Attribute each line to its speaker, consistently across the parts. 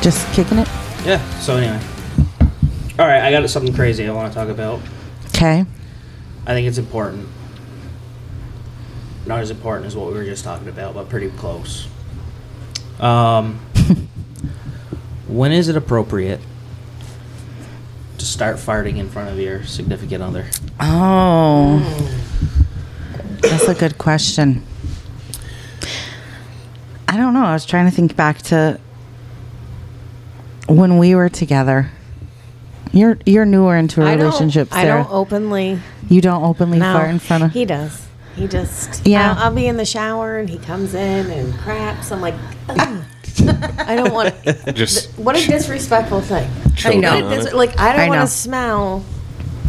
Speaker 1: just kicking it.
Speaker 2: Yeah. So anyway, all right. I got something crazy I want to talk about.
Speaker 1: Okay.
Speaker 2: I think it's important. Not as important as what we were just talking about, but pretty close. Um, when is it appropriate to start farting in front of your significant other?
Speaker 1: Oh, that's a good question. I don't know. I was trying to think back to when we were together. You're you're newer into a
Speaker 3: I
Speaker 1: relationship,
Speaker 3: don't, I
Speaker 1: Sarah.
Speaker 3: don't openly.
Speaker 1: you don't openly
Speaker 3: No,
Speaker 1: fart in front of.
Speaker 3: He does. He just.
Speaker 1: Yeah.
Speaker 3: Yeah. I'll, I'll be in the shower and he comes in and craps. I'm like, "Ugh." I don't want.
Speaker 4: Just
Speaker 3: What a disrespectful thing.
Speaker 4: Choking
Speaker 3: What a
Speaker 4: on
Speaker 3: dis-
Speaker 4: it.
Speaker 3: like I
Speaker 1: I
Speaker 3: don't want
Speaker 1: know.
Speaker 3: to smell.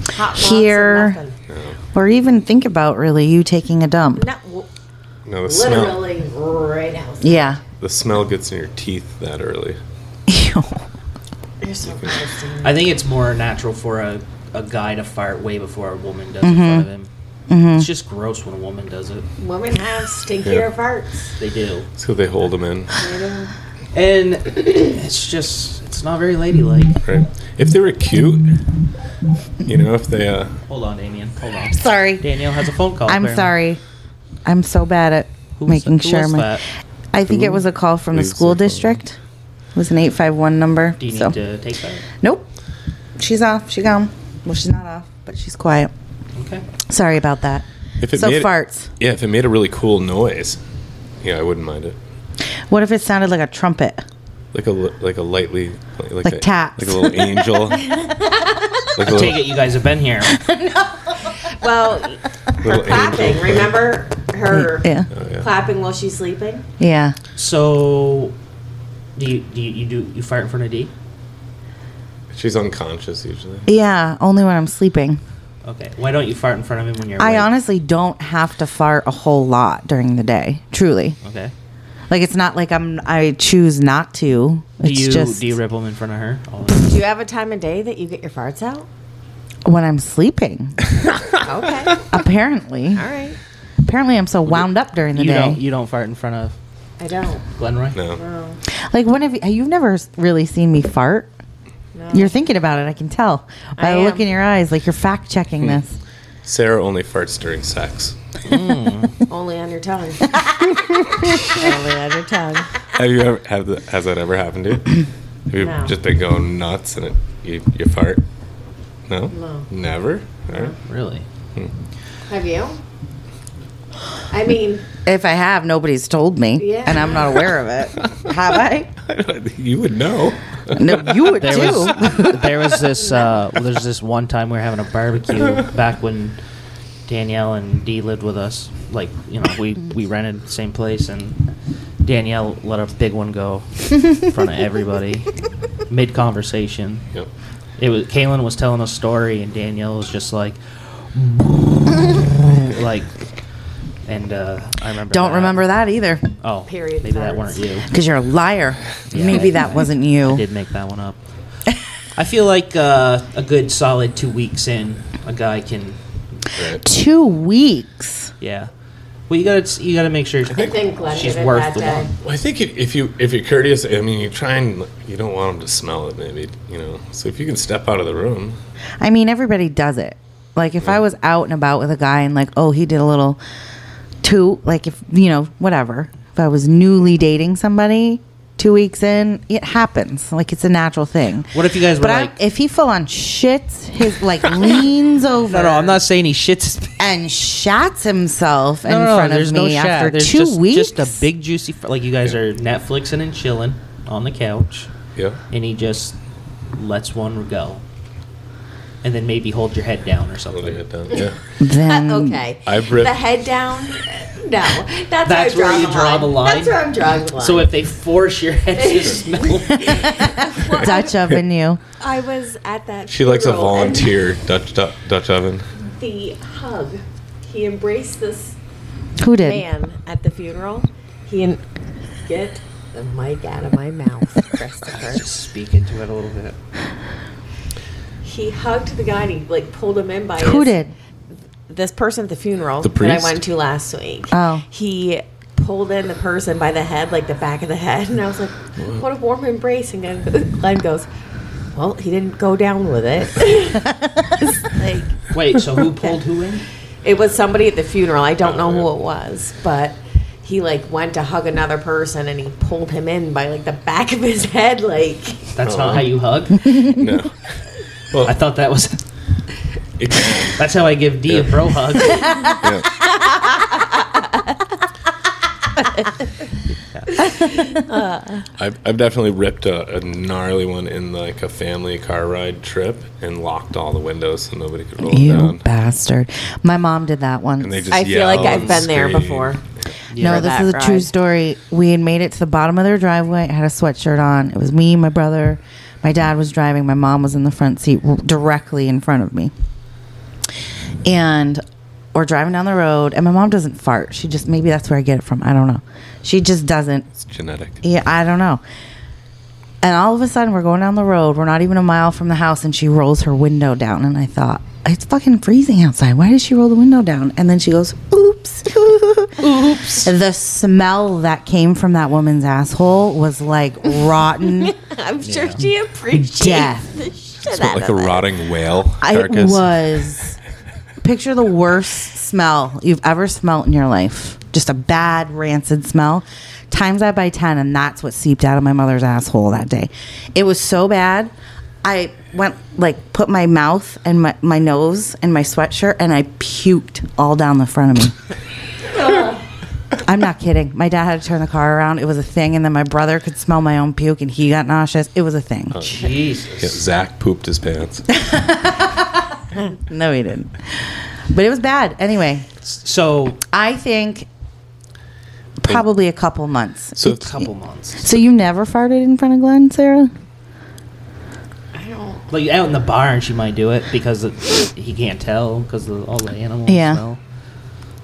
Speaker 3: Hot rods and
Speaker 1: Here.
Speaker 3: nothing.
Speaker 1: or even think about really you taking a dump.
Speaker 3: Not w-
Speaker 4: no the smell.
Speaker 3: literally right now.
Speaker 1: Yeah.
Speaker 4: The smell gets in your teeth that early.
Speaker 1: Ew.
Speaker 3: You're so gross, dude.
Speaker 2: I think it's more natural for a, a guy to fart way before a woman does in front of him. It's just gross when a woman does it.
Speaker 3: Women have stinkier
Speaker 4: Yeah.
Speaker 3: farts.
Speaker 2: They do.
Speaker 4: So they hold them in.
Speaker 3: They do.
Speaker 2: And it's just, it's not very ladylike.
Speaker 4: Right. If they were cute, you know, if they uh,
Speaker 2: Hold on, Damien. Hold on.
Speaker 1: Sorry.
Speaker 2: Danielle has a phone call.
Speaker 1: I'm
Speaker 2: apparently.
Speaker 1: sorry. I'm so bad at
Speaker 2: Who was-
Speaker 1: making
Speaker 2: who
Speaker 1: sure
Speaker 2: was
Speaker 1: my.
Speaker 2: that?
Speaker 1: I think it was a call from the
Speaker 4: leaves
Speaker 1: school
Speaker 4: their phone?
Speaker 1: district. It was an 851 number.
Speaker 2: Do you need
Speaker 1: so.
Speaker 2: to take that?
Speaker 1: Nope. She's off. She gone. Well, she's not off, but she's quiet.
Speaker 2: Okay.
Speaker 1: Sorry about that.
Speaker 4: if it
Speaker 1: so
Speaker 4: made
Speaker 1: farts.
Speaker 4: yeah, if it made a really cool noise, yeah, I wouldn't mind it.
Speaker 1: What if it sounded like a trumpet?
Speaker 4: Like a li- like a lightly like,
Speaker 1: Like
Speaker 4: a,
Speaker 1: taps.
Speaker 4: like a little angel. like a
Speaker 2: Take
Speaker 4: little,
Speaker 2: it, you guys have been here.
Speaker 3: Well,
Speaker 4: little
Speaker 3: clapping.
Speaker 4: angel.
Speaker 3: Remember her
Speaker 1: Yeah.
Speaker 4: Oh, yeah.
Speaker 3: clapping while she's sleeping?
Speaker 1: Yeah.
Speaker 2: So, do you do you, you do you fart in front of D?
Speaker 4: She's unconscious usually.
Speaker 1: Yeah. Only when I'm sleeping.
Speaker 2: Okay. Why don't you fart in front of him when you're?
Speaker 1: I
Speaker 2: awake?
Speaker 1: honestly don't have to fart a whole lot during the day. Truly.
Speaker 2: Okay.
Speaker 1: Like it's not like I'm. I choose not to.
Speaker 2: Do
Speaker 1: It's
Speaker 2: you
Speaker 1: just
Speaker 2: do you rip him in front of her? All the time?
Speaker 3: Do you have a time of day that you get your farts out?
Speaker 1: when I'm sleeping.
Speaker 3: Okay. All
Speaker 1: apparently,
Speaker 3: right.
Speaker 1: apparently I'm so wound up during the
Speaker 2: You
Speaker 1: day.
Speaker 2: don't you don't fart in front of
Speaker 3: I don't. Oh,
Speaker 2: Glenroy.
Speaker 4: No.
Speaker 3: No.
Speaker 1: Like one of you, you've never s- really seen me fart.
Speaker 3: No.
Speaker 1: You're thinking about it. I can tell by
Speaker 3: I
Speaker 1: the look
Speaker 3: am.
Speaker 1: in your eyes. Like you're fact checking this.
Speaker 4: Sarah only farts during sex.
Speaker 3: Only on your tongue. Only on your tongue.
Speaker 4: Have you ever have the, has that ever happened to you? Have you
Speaker 3: No.
Speaker 4: just been going nuts and it, you you fart? No.
Speaker 3: No.
Speaker 4: Never. All right.
Speaker 2: Really?
Speaker 3: Have you? I mean,
Speaker 1: If I have, nobody's told me,
Speaker 3: Yeah.
Speaker 1: and I'm not aware of it. have I?
Speaker 4: you would know.
Speaker 1: No, you would
Speaker 2: There
Speaker 1: too.
Speaker 2: was there was this uh, there's this one time we were having a barbecue back when Danielle and Dee lived with us. Like you know we we rented the same place and Danielle let a big one go in front of everybody mid conversation.
Speaker 4: Yep.
Speaker 2: It was Kaylin was telling a story and Danielle was just like like and uh, I remember
Speaker 1: Don't remember that either,
Speaker 2: Oh,
Speaker 3: Period
Speaker 2: Maybe that
Speaker 3: farts.
Speaker 2: weren't you.
Speaker 1: because you're a liar.
Speaker 2: Yeah.
Speaker 1: Maybe that wasn't you.
Speaker 2: I did make that one up. I feel like uh, a good solid two weeks in, a guy can,
Speaker 4: Right.
Speaker 1: Two weeks.
Speaker 2: yeah. Well, you gotta you gotta make sure
Speaker 3: I think Glenn
Speaker 2: she's
Speaker 3: did it
Speaker 2: worth
Speaker 3: that
Speaker 2: the
Speaker 3: day.
Speaker 2: one.
Speaker 4: Well, I think if, if you if you're courteous, I mean, you try and you don't want them to smell it. Maybe you know. So if you can step out of the room,
Speaker 1: I mean, everybody does it. Like if I was out and about with a guy and like, oh, he did a little toot. Like if you know, whatever. If I was newly dating somebody, two weeks in, it happens. Like it's a natural thing.
Speaker 2: What if you guys were
Speaker 1: But
Speaker 2: like?
Speaker 1: I, if he full on shits, his like leans over.
Speaker 2: no, no, I'm not saying he shits.
Speaker 1: And shats himself in
Speaker 2: no, no,
Speaker 1: front
Speaker 2: there's
Speaker 1: of
Speaker 2: no
Speaker 1: me
Speaker 2: shat.
Speaker 1: after
Speaker 2: There's
Speaker 1: two
Speaker 2: just,
Speaker 1: weeks.
Speaker 2: Just a big juicy, fr- like you guys are Netflixing and chilling on the couch,
Speaker 4: yeah.
Speaker 2: and he just lets one go, and then maybe hold your head down or
Speaker 4: I'll
Speaker 2: something.
Speaker 4: lay it down. Yeah.
Speaker 1: Then
Speaker 3: Uh, Okay.
Speaker 4: I've ripped-
Speaker 3: The head down? No. That's,
Speaker 2: Mm, That's
Speaker 3: where,
Speaker 2: where
Speaker 3: I draw
Speaker 2: you
Speaker 3: the
Speaker 2: draw
Speaker 3: line.
Speaker 2: the line?
Speaker 3: That's where I'm drawing the line.
Speaker 2: So if they force your head to smell,
Speaker 1: Dutch oven you.
Speaker 3: I was at that.
Speaker 4: She likes a
Speaker 3: funeral and
Speaker 4: volunteer Dutch du- Dutch oven.
Speaker 3: The hug. He embraced this
Speaker 1: Who did?
Speaker 3: man at the funeral. He and get the mic out of my mouth, Christopher.
Speaker 2: just speak into it a little bit.
Speaker 3: he hugged the guy and he like pulled him in by
Speaker 1: Who
Speaker 3: his,
Speaker 1: did?
Speaker 3: this person at the funeral
Speaker 4: The
Speaker 3: that I
Speaker 4: priest?
Speaker 3: went to last week.
Speaker 1: Oh.
Speaker 3: He pulled in the person by the head, like the back of the head, and I was like, "What a warm embrace!" And then Glenn goes, "Well, he didn't go down with it." It's like
Speaker 2: Wait, so who pulled who in?
Speaker 3: it was somebody at the funeral. I don't know who it was, but he like went to hug another person, and he pulled him in by like the back of his head, like
Speaker 2: That's not
Speaker 4: Oh.
Speaker 2: how you hug.
Speaker 4: No.
Speaker 2: I thought that was.
Speaker 4: It-
Speaker 2: That's how I give D a bro hug.
Speaker 4: yeah. I've, I've definitely ripped a, a gnarly one in like a family car ride trip and locked all the windows so nobody could roll it
Speaker 1: You
Speaker 4: down.
Speaker 1: bastard. My mom did that once.
Speaker 4: And they just
Speaker 3: I feel like
Speaker 4: yell
Speaker 3: I've
Speaker 4: and
Speaker 3: been there
Speaker 4: scream.
Speaker 3: before.
Speaker 1: no, this
Speaker 3: for that
Speaker 1: is a true
Speaker 3: ride.
Speaker 1: story. We had made it to the bottom of their driveway. I had a sweatshirt on. It was me, my brother, my dad was driving. My mom was in the front seat, w- directly in front of me. And we're driving down the road, and my mom doesn't fart. She just maybe that's where I get it from. I don't know. She just doesn't.
Speaker 4: It's genetic.
Speaker 1: Yeah, I don't know. And all of a sudden, we're going down the road. We're not even a mile from the house, and she rolls her window down. And I thought, it's fucking freezing outside. Why did she roll the window down? And then she goes, oops. oops. The smell that came from that woman's asshole was like rotten
Speaker 3: I'm sure she appreciates
Speaker 1: Death.
Speaker 3: the shit
Speaker 4: But
Speaker 3: out
Speaker 4: like a
Speaker 3: of it.
Speaker 4: rotting whale
Speaker 1: It
Speaker 4: carcass.
Speaker 1: was. Picture the worst smell you've ever smelt in your life. Just a bad, rancid smell. Times that by 10, and that's what seeped out of my mother's asshole that day. It was so bad. I went, like, put my mouth and my, my nose in my sweatshirt, and I puked all down the front of me. I'm not kidding. My dad had to turn the car around. It was a thing, and then my brother could smell my own puke, and he got nauseous. It was a thing.
Speaker 2: Jesus.
Speaker 4: Yeah, Zach pooped his pants.
Speaker 1: No, he didn't. But it was bad. Anyway,
Speaker 2: So
Speaker 1: I think probably a couple months.
Speaker 4: So
Speaker 2: a couple months,
Speaker 1: So you never farted in front of Glenn, Sarah?
Speaker 2: like out in the barn, she might do it because it, he can't tell because of all the animals.
Speaker 1: Yeah.
Speaker 2: Smell.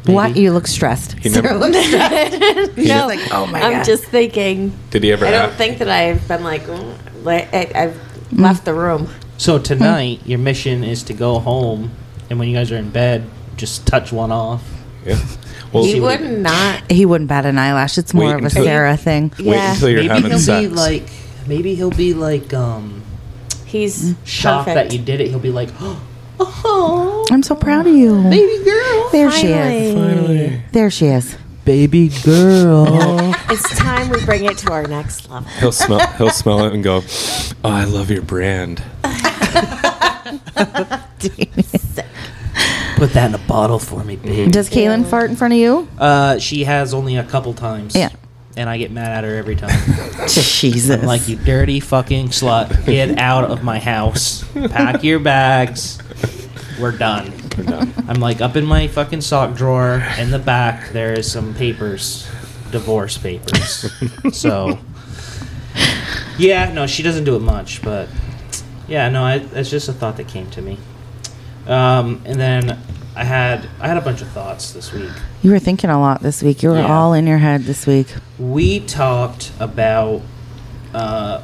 Speaker 2: Maybe.
Speaker 1: What? You look stressed.
Speaker 4: He never-
Speaker 1: Sarah looks stressed.
Speaker 3: No,
Speaker 1: like, oh my
Speaker 3: I'm
Speaker 1: God.
Speaker 3: just thinking.
Speaker 4: Did he ever
Speaker 3: I don't
Speaker 4: have-
Speaker 3: think that I've been like, "Mm," like I, I've
Speaker 1: Mm.
Speaker 3: left the room.
Speaker 2: So tonight, your mission is to go home, and when you guys are in bed, just touch one off.
Speaker 4: yeah. Well,
Speaker 3: He
Speaker 2: see what
Speaker 3: would not.
Speaker 1: He wouldn't bat an eyelash. It's more
Speaker 4: Wait
Speaker 1: of a
Speaker 4: until-
Speaker 1: Sarah thing.
Speaker 4: wait
Speaker 3: Yeah.
Speaker 4: until you're
Speaker 2: maybe
Speaker 4: having
Speaker 2: he'll
Speaker 4: sex.
Speaker 2: be like, maybe he'll be like, um,
Speaker 3: He's
Speaker 1: Mm.
Speaker 2: shocked
Speaker 3: perfect.
Speaker 2: that you did it. He'll be like, oh,
Speaker 3: Oh,
Speaker 1: I'm so proud of you.
Speaker 2: baby girl,
Speaker 1: Mm. There she is.
Speaker 3: finally.
Speaker 1: There she is.
Speaker 2: "Mm, baby girl.
Speaker 3: It's time we bring it to our next level.
Speaker 4: he'll smell. He'll smell it and go, "Oh, I love your brand."
Speaker 2: Put that in a bottle for me, baby.
Speaker 1: Does Kaylin fart in front of you?
Speaker 4: Mm-hmm.
Speaker 2: Uh, she has only a couple times.
Speaker 1: Yeah.
Speaker 2: And I get mad at her every time.
Speaker 1: Jesus.
Speaker 2: I'm like, you dirty fucking slut. Get out of my house. Pack your bags. We're done.
Speaker 4: Or not.
Speaker 2: I'm like, up in my fucking sock drawer in the back, there is some papers. Divorce papers. so. Yeah, no, she doesn't do it much, but. Yeah, no, I, that's just a thought that came to me. Um, and then I had I had a bunch of thoughts this week.
Speaker 1: you were thinking a lot this week. You were
Speaker 2: Yeah.
Speaker 1: all in your head this week.
Speaker 2: we talked about uh,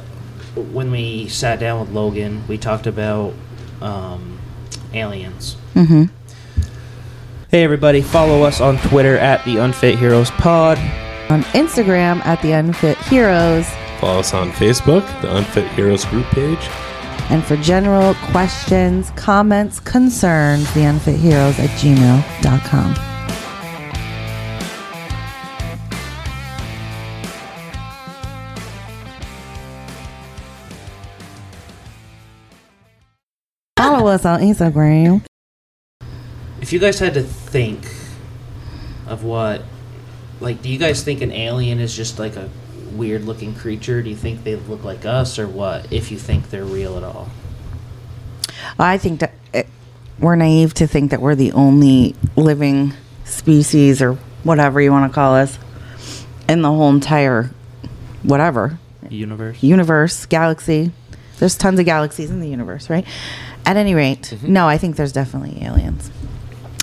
Speaker 2: when we sat down with Logan. We talked about um, aliens.
Speaker 1: Mm-hmm.
Speaker 2: Hey everybody! Follow us on Twitter at the Unfit Heroes Pod.
Speaker 1: On Instagram at the Unfit Heroes.
Speaker 4: Follow us on Facebook, the Unfit Heroes group page.
Speaker 1: And for general questions, comments, concerns, theunfitheroes at gmail.com. Follow us on Instagram.
Speaker 2: If you guys had to think of what, like, do you guys think an alien is just like a weird-looking creature? Do you think they look like us, or what? If you think they're real at all,
Speaker 1: I think that it, we're naive to think that we're the only living species or whatever you want to call us in the whole entire whatever
Speaker 2: universe.
Speaker 1: universe, galaxy. There's tons of galaxies in the universe, right? At any rate, no, I think there's definitely aliens.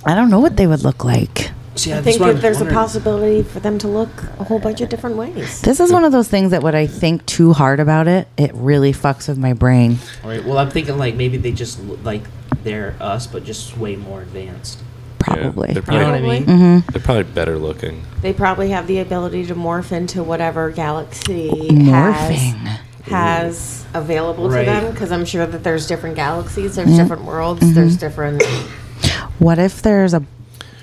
Speaker 1: I don't know what they would look like.
Speaker 2: See,
Speaker 3: I
Speaker 2: that's
Speaker 3: think
Speaker 2: what I
Speaker 3: that
Speaker 2: was
Speaker 3: there's
Speaker 2: wondering.
Speaker 3: a possibility for them to look a whole bunch of different ways.
Speaker 1: This is one of those things that when I think too hard about it, it really fucks with my brain.
Speaker 2: All right. Well, I'm thinking like maybe they just look like they're us, but just way more advanced.
Speaker 1: probably. Mm-hmm.
Speaker 4: they're
Speaker 2: You know what I
Speaker 4: probably,
Speaker 2: mean?
Speaker 4: they're probably better looking.
Speaker 3: They probably have the ability to morph into whatever galaxy
Speaker 1: Morphing.
Speaker 3: has has available
Speaker 2: Right.
Speaker 3: to them because I'm sure that there's different galaxies,
Speaker 1: Mm-hmm.
Speaker 3: there's different worlds, there's different.
Speaker 1: What if there's a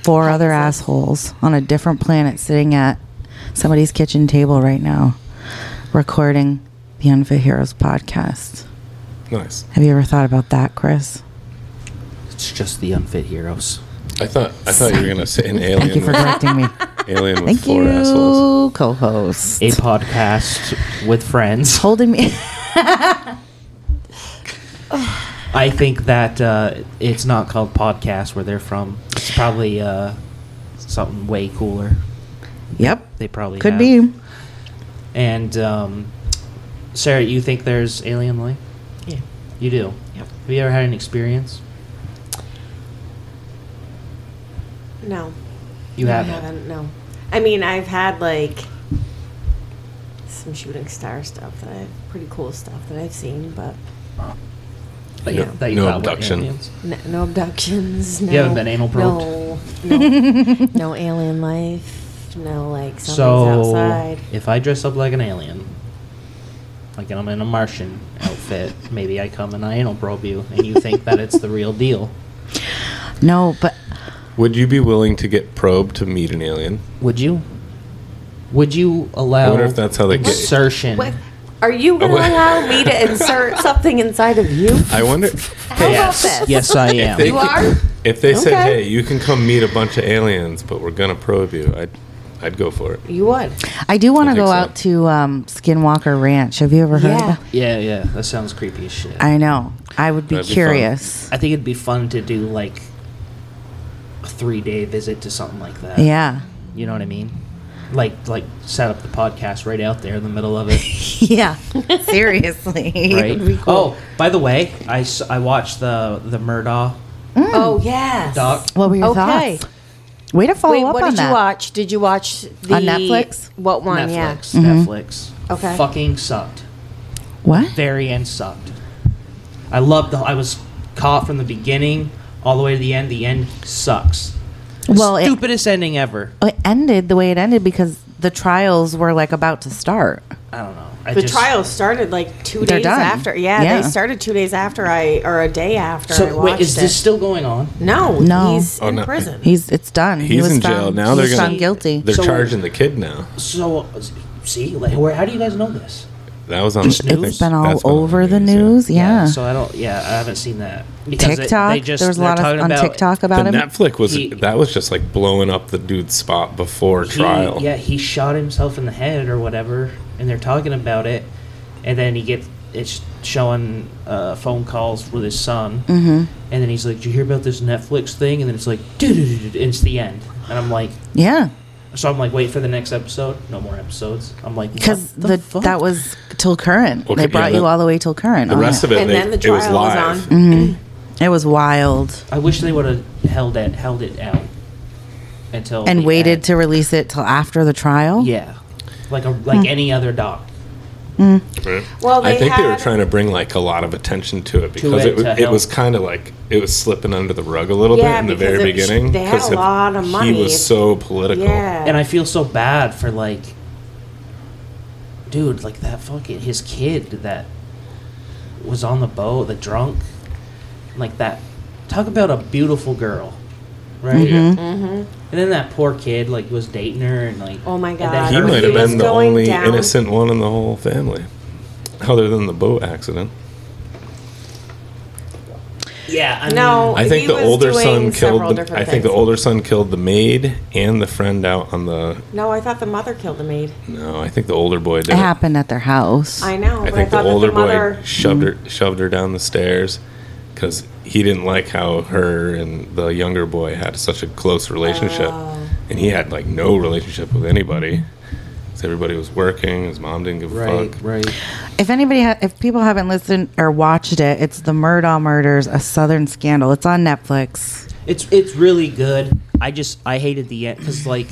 Speaker 1: four other assholes on a different planet sitting at somebody's kitchen table right now, recording the Unfit Heroes podcast?
Speaker 4: Nice.
Speaker 1: Have you ever thought about that, Chris?
Speaker 2: It's just the unfit heroes.
Speaker 4: I thought I thought you were gonna say an alien.
Speaker 1: Thank you for
Speaker 4: with,
Speaker 1: correcting me.
Speaker 4: alien with
Speaker 1: Thank
Speaker 4: four
Speaker 1: you,
Speaker 4: assholes.
Speaker 1: co-host.
Speaker 2: A podcast with friends.
Speaker 1: Holding me.
Speaker 2: I think that uh, it's not called podcast where they're from. It's probably uh, something way cooler.
Speaker 1: yep.
Speaker 2: They probably
Speaker 1: Could
Speaker 2: have.
Speaker 1: be.
Speaker 2: And um, Sarah, you think there's alien life?
Speaker 3: Yeah.
Speaker 2: You do.
Speaker 3: Yep.
Speaker 2: Have you ever had an experience?
Speaker 3: No.
Speaker 2: You
Speaker 3: No, I
Speaker 2: haven't.
Speaker 3: haven't. No. I mean, I've had like some shooting star stuff that I pretty cool stuff that I've seen, but
Speaker 2: That you-
Speaker 3: No.
Speaker 2: that you
Speaker 4: No
Speaker 2: thought were
Speaker 4: abduction.
Speaker 2: aliens?
Speaker 3: no, no abductions. No,
Speaker 2: You haven't been anal probed?
Speaker 3: No, no, no alien life. No, like something's
Speaker 2: So
Speaker 3: outside.
Speaker 2: if I dress up like an alien, like I'm in a Martian outfit, maybe I come and I anal probe you, and you think that it's the real deal.
Speaker 1: No, but
Speaker 4: Would you be willing to get probed to meet an alien?
Speaker 2: Would you? Would you allow
Speaker 4: I wonder if that's how they get-
Speaker 2: insertion?
Speaker 3: What? Are you going to
Speaker 4: Oh, wait.
Speaker 3: allow me to insert something inside of you?
Speaker 4: I wonder.
Speaker 3: How
Speaker 2: yes,
Speaker 3: about this?
Speaker 2: yes, I am.
Speaker 4: They
Speaker 3: You
Speaker 4: could-
Speaker 3: are?
Speaker 4: If they said,
Speaker 3: Okay.
Speaker 4: "Hey, you can come meet a bunch of aliens, but we're gonna probe you," I'd I'd go for it.
Speaker 3: You would.
Speaker 1: I do want
Speaker 4: I
Speaker 1: to
Speaker 4: think
Speaker 1: go
Speaker 4: so.
Speaker 1: out to um, Skinwalker Ranch. Have you ever
Speaker 2: Uh-huh.
Speaker 1: heard?
Speaker 3: Yeah.
Speaker 1: Of that?
Speaker 2: yeah, yeah, that sounds creepy as shit. I,
Speaker 1: I know. I would be
Speaker 4: That'd be fun.
Speaker 1: curious.
Speaker 2: think it'd be fun to do like a three-day visit to something like that.
Speaker 1: Yeah.
Speaker 2: you know what I mean. Like, like, set up the podcast right out there in the middle of it.
Speaker 1: Yeah. Seriously.
Speaker 2: right?
Speaker 1: It would be cool.
Speaker 2: Oh, by the way, I, s- I watched the the Murdaugh
Speaker 3: Oh yes.
Speaker 2: Hmm. doc.
Speaker 1: What were your
Speaker 3: Okay.
Speaker 1: thoughts? Way to follow
Speaker 3: Wait,
Speaker 1: up
Speaker 3: what
Speaker 1: on
Speaker 3: did
Speaker 1: that.
Speaker 3: you watch? Did you watch the
Speaker 1: On Netflix?
Speaker 3: What one?
Speaker 2: Netflix,
Speaker 1: Mm-hmm.
Speaker 2: Netflix.
Speaker 3: Okay.
Speaker 2: Fucking sucked.
Speaker 1: What?
Speaker 2: Very end sucked. I loved the. I was caught from the beginning all the way to the end. The end sucks.
Speaker 1: Well, it,
Speaker 2: Stupidest ending ever.
Speaker 1: it ended the way it ended because the trials were like about to start.
Speaker 2: I don't know. I
Speaker 3: Yeah. The
Speaker 2: just-
Speaker 3: trial started like two
Speaker 1: They're
Speaker 3: days
Speaker 1: done.
Speaker 3: after. Yeah,
Speaker 1: Yeah.
Speaker 3: they started two days after I or a day after I
Speaker 2: So
Speaker 3: watched
Speaker 2: wait, is
Speaker 3: it.
Speaker 2: this still going on?
Speaker 3: no,
Speaker 1: No.
Speaker 3: he's
Speaker 4: Oh,
Speaker 3: in
Speaker 4: no.
Speaker 3: prison.
Speaker 1: He's it's done. he
Speaker 4: He's
Speaker 1: was
Speaker 4: in
Speaker 1: found,
Speaker 4: jail now.
Speaker 1: he
Speaker 4: They're
Speaker 1: was
Speaker 4: gonna-
Speaker 1: found guilty.
Speaker 4: They're
Speaker 2: So-
Speaker 4: charging the kid now.
Speaker 2: So uh, see, like, where? How do you guys know this?
Speaker 4: That was on.
Speaker 2: Just
Speaker 4: I think
Speaker 2: news?
Speaker 1: It's been all
Speaker 4: that's on
Speaker 1: over the
Speaker 4: yeah.
Speaker 1: news. Yeah.
Speaker 2: So I don't. Yeah, I haven't seen that. Because they-
Speaker 1: TikTok.
Speaker 2: They, just,
Speaker 1: there was a
Speaker 2: they're
Speaker 1: lot of
Speaker 2: talking
Speaker 1: on
Speaker 2: about-
Speaker 1: TikTok about
Speaker 4: The
Speaker 1: him.
Speaker 4: Netflix was
Speaker 2: He-
Speaker 4: that was just like blowing up the dude's spot before
Speaker 2: He-
Speaker 4: trial.
Speaker 2: yeah, he shot himself in the head or whatever, and they're talking about it, and then he gets it's showing uh, phone calls with his son,
Speaker 1: Mm-hmm.
Speaker 2: and then he's like, "Did you hear about this Netflix thing?" And then it's like, "Doo-doo-doo-doo," and it's the end, and I'm like,
Speaker 1: yeah.
Speaker 2: so I'm like, wait for the next episode. No more episodes. I'm like, what
Speaker 1: Because
Speaker 2: the,
Speaker 1: the,
Speaker 2: fuck?
Speaker 1: that was till current.
Speaker 4: Okay,
Speaker 1: they
Speaker 4: yeah,
Speaker 1: brought
Speaker 4: the-
Speaker 1: you all the way till current. Mm-hmm.
Speaker 4: The rest of it,
Speaker 3: And
Speaker 4: they-
Speaker 3: then the
Speaker 4: it was
Speaker 3: trial was
Speaker 4: live.
Speaker 3: on.
Speaker 1: it, it was wild,
Speaker 2: I wish they would have held it held it out until
Speaker 1: and
Speaker 2: the
Speaker 1: waited
Speaker 2: end.
Speaker 1: to release it till after the trial.
Speaker 2: yeah, like a like
Speaker 1: Hmm.
Speaker 2: any other doc.
Speaker 1: Mm,
Speaker 3: Well,
Speaker 4: Mm-hmm. I
Speaker 3: they
Speaker 4: think they were
Speaker 3: had-
Speaker 4: trying to bring like a lot of attention to it because
Speaker 2: it,
Speaker 4: it, was
Speaker 2: to
Speaker 4: it was
Speaker 2: help.
Speaker 4: kind of like it was slipping under the rug a little
Speaker 3: Yeah,
Speaker 4: bit in the
Speaker 3: because
Speaker 4: very
Speaker 3: it was-
Speaker 4: beginning.
Speaker 3: they had
Speaker 4: 'cause
Speaker 3: a lot of money.
Speaker 4: He was so political.
Speaker 3: Yeah.
Speaker 2: and I feel so bad for like, dude, like that fucking his kid that was on the boat, the drunk, like that. Talk about a beautiful girl, right?
Speaker 1: Mm-hmm.
Speaker 2: And then that poor kid like was dating her and like.
Speaker 3: Mm-hmm. Oh my
Speaker 2: and then
Speaker 3: God.
Speaker 4: He
Speaker 2: her-
Speaker 3: He
Speaker 4: might have
Speaker 3: was
Speaker 4: been the
Speaker 3: going
Speaker 4: only
Speaker 3: down.
Speaker 4: innocent one in the whole family, other than the boat accident.
Speaker 2: Yeah, I
Speaker 3: No,
Speaker 2: mean,
Speaker 4: I think
Speaker 3: he
Speaker 4: the
Speaker 3: was
Speaker 4: older
Speaker 3: doing
Speaker 4: son
Speaker 3: several
Speaker 4: killed. The,
Speaker 3: different
Speaker 4: I think the
Speaker 3: things.
Speaker 4: older son killed the maid and the friend out on the.
Speaker 3: No, I thought the mother killed the maid.
Speaker 4: No, I think the older boy did.
Speaker 1: It
Speaker 4: it.
Speaker 1: happened at their house.
Speaker 3: I know.
Speaker 4: I
Speaker 3: but
Speaker 4: think
Speaker 3: I thought
Speaker 4: the older
Speaker 3: that the mother
Speaker 4: boy shoved her shoved her down the stairs because he didn't like how her and the younger boy had such a close relationship,
Speaker 3: Oh.
Speaker 4: and he had like no relationship with anybody. 'Cause everybody was working. His mom didn't give a
Speaker 2: right,
Speaker 4: fuck.
Speaker 2: right.
Speaker 1: If anybody, ha- if people haven't listened or watched it, it's the Murdaugh Murders: A Southern Scandal. It's on Netflix.
Speaker 2: It's it's really good. I just I hated the end because like,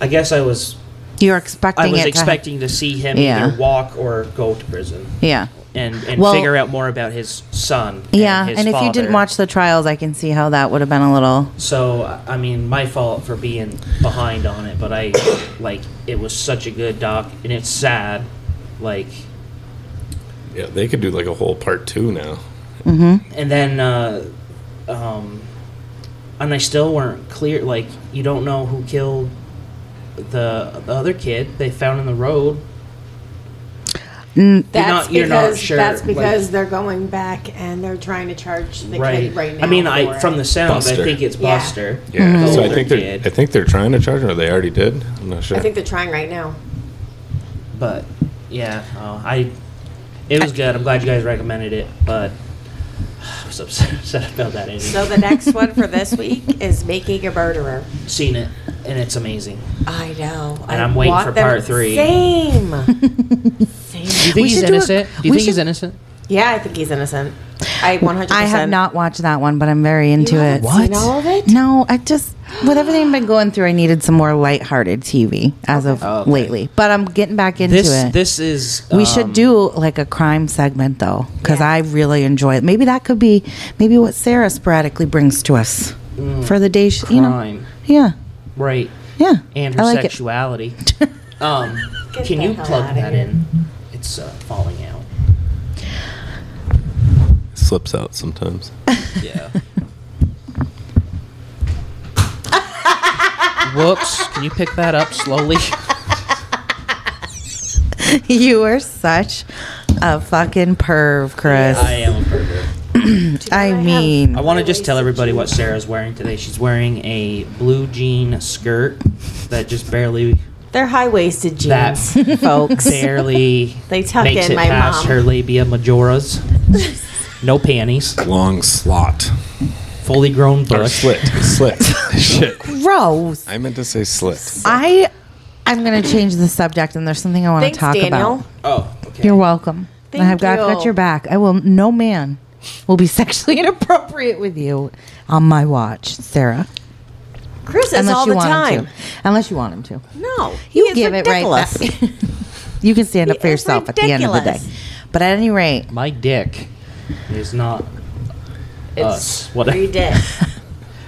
Speaker 2: I guess I was
Speaker 1: You're
Speaker 2: I
Speaker 1: expecting
Speaker 2: was
Speaker 1: it.
Speaker 2: expecting to see him
Speaker 1: Yeah.
Speaker 2: either walk or go to prison
Speaker 1: To, yeah.
Speaker 2: and, and
Speaker 1: Well-
Speaker 2: figure out more about his son. and
Speaker 1: Yeah,
Speaker 2: his
Speaker 1: and if you didn't
Speaker 2: father.
Speaker 1: watch the trials, I can see how that would have been a little.
Speaker 2: So I- I mean, my fault for being behind on it, but I like it was such a good doc, and it's sad. Like,
Speaker 4: Yeah, they could do like a whole part two now.
Speaker 2: and then, uh, um, and they still weren't clear. Like, you don't know who killed the the other kid they found in the road.
Speaker 3: That's
Speaker 2: not- you're not
Speaker 3: because,
Speaker 2: sure,
Speaker 3: that's
Speaker 2: like-
Speaker 3: because they're going back and they're trying to charge the
Speaker 2: right,
Speaker 3: kid right now.
Speaker 2: I mean,
Speaker 3: for
Speaker 2: I
Speaker 3: it.
Speaker 2: from the sounds, I
Speaker 4: Buster.
Speaker 2: think it's
Speaker 3: Yeah.
Speaker 2: Buster.
Speaker 4: Yeah,
Speaker 2: the
Speaker 4: so I
Speaker 2: older
Speaker 4: think they're
Speaker 2: kid,
Speaker 4: I think they're trying to charge him, or they already did. I'm not sure.
Speaker 3: I think they're trying right now.
Speaker 2: but yeah, oh, I it was good. I'm glad you guys recommended it, but I was upset, upset about that. ending.
Speaker 3: So the next one for this week is Making a Murderer.
Speaker 2: seen it and it's amazing.
Speaker 3: I know.
Speaker 2: And I'm waiting
Speaker 3: want
Speaker 2: for
Speaker 3: them-
Speaker 2: part three.
Speaker 3: Same.
Speaker 2: Do
Speaker 3: Same.
Speaker 2: you think
Speaker 1: We
Speaker 2: he's
Speaker 1: should do a-
Speaker 2: innocent? do you
Speaker 1: we
Speaker 2: think he's
Speaker 1: should-
Speaker 2: innocent?
Speaker 3: Yeah, I think he's innocent. I 100%.
Speaker 1: I have not watched that one, but I'm very into
Speaker 3: You
Speaker 1: it.
Speaker 3: haven't seen What? all of it?
Speaker 1: No, I just with everything I've been going through, I needed some more lighthearted TV as of
Speaker 2: Oh, okay.
Speaker 1: lately. But I'm getting back into
Speaker 2: This
Speaker 1: it.
Speaker 2: this is
Speaker 1: we
Speaker 2: um,
Speaker 1: should do like a crime segment though, because
Speaker 3: Yeah.
Speaker 1: I really enjoy it. Maybe that could be maybe what Sarah sporadically brings to us for the day. She, you know,
Speaker 2: Mm. crime,
Speaker 1: yeah,
Speaker 2: right?
Speaker 1: yeah.
Speaker 2: And
Speaker 1: I
Speaker 2: her
Speaker 1: like it.
Speaker 2: sexuality. um,
Speaker 3: Get
Speaker 2: can
Speaker 3: the
Speaker 2: you
Speaker 3: hell
Speaker 2: plug
Speaker 3: outta
Speaker 2: that
Speaker 3: here.
Speaker 2: in? It's uh, falling out.
Speaker 4: Slips out sometimes.
Speaker 2: Yeah. Whoops! Can you pick that up slowly?
Speaker 1: you are such a fucking perv, Chris.
Speaker 2: I am a pervert.
Speaker 1: I, mean,
Speaker 2: I want to just tell everybody what Sarah's wearing today. She's wearing a blue jean skirt that just barely
Speaker 3: They're high waisted
Speaker 2: that
Speaker 3: jeans, folks.
Speaker 2: barely
Speaker 3: They tuck
Speaker 2: makes
Speaker 3: in
Speaker 2: it
Speaker 3: my
Speaker 2: past
Speaker 3: mom.
Speaker 2: her labia majoras. no panties,
Speaker 4: Long slot
Speaker 2: fully grown
Speaker 4: or
Speaker 2: bush.
Speaker 4: slit, slit. Shit,
Speaker 1: gross.
Speaker 4: I meant to say slit.
Speaker 1: I I'm gonna change the subject, and there's something I want
Speaker 3: Thanks,
Speaker 1: to talk
Speaker 3: Daniel.
Speaker 1: about.
Speaker 2: Oh, okay.
Speaker 1: You're welcome.
Speaker 3: Thank
Speaker 1: I've got, got
Speaker 3: you.
Speaker 1: your back. I will. No man will be sexually inappropriate with you on my watch, Sarah.
Speaker 3: Chris is all
Speaker 1: you
Speaker 3: the
Speaker 1: want
Speaker 3: time.
Speaker 1: him to. Unless you want him to.
Speaker 3: No, he
Speaker 1: You
Speaker 3: is
Speaker 1: give
Speaker 3: ridiculous.
Speaker 1: it right back. you can stand up
Speaker 3: He
Speaker 1: for
Speaker 3: is
Speaker 1: yourself at the end of the day.
Speaker 3: ridiculous.
Speaker 1: But at any rate,
Speaker 2: My dick is not
Speaker 3: It's
Speaker 2: us. What?
Speaker 3: free dick.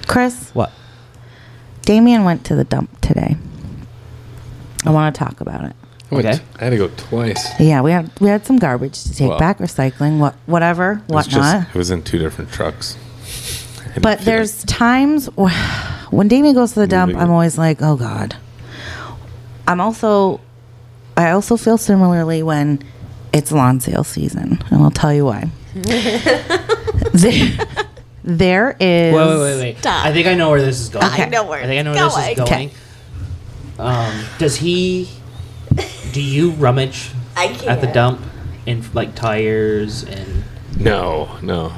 Speaker 1: Chris,
Speaker 2: What?
Speaker 1: Damien went to the dump today. I want to talk about it.
Speaker 4: I went-
Speaker 2: Okay.
Speaker 4: I had to go twice.
Speaker 1: Yeah, we had we had some garbage to take
Speaker 4: Well,
Speaker 1: back, recycling, what whatever,
Speaker 4: It was,
Speaker 1: whatnot.
Speaker 4: just, it was in two different trucks. I didn't
Speaker 1: But
Speaker 4: feel
Speaker 1: there's times wh- when Damien goes to the dump,
Speaker 4: Moving.
Speaker 1: I'm always like, oh God. I'm also, I also feel similarly when it's lawn sale season, and I'll tell you why. there, there is.
Speaker 2: Wait, wait, wait, wait.
Speaker 3: Stop.
Speaker 2: I think I know where this is going.
Speaker 1: I
Speaker 3: know where
Speaker 2: I think I know where
Speaker 3: it's
Speaker 2: this is
Speaker 3: going.
Speaker 2: going. Um, does he? Do you rummage
Speaker 3: I
Speaker 2: at the
Speaker 3: can't.
Speaker 2: dump and like tires and?
Speaker 4: No, no,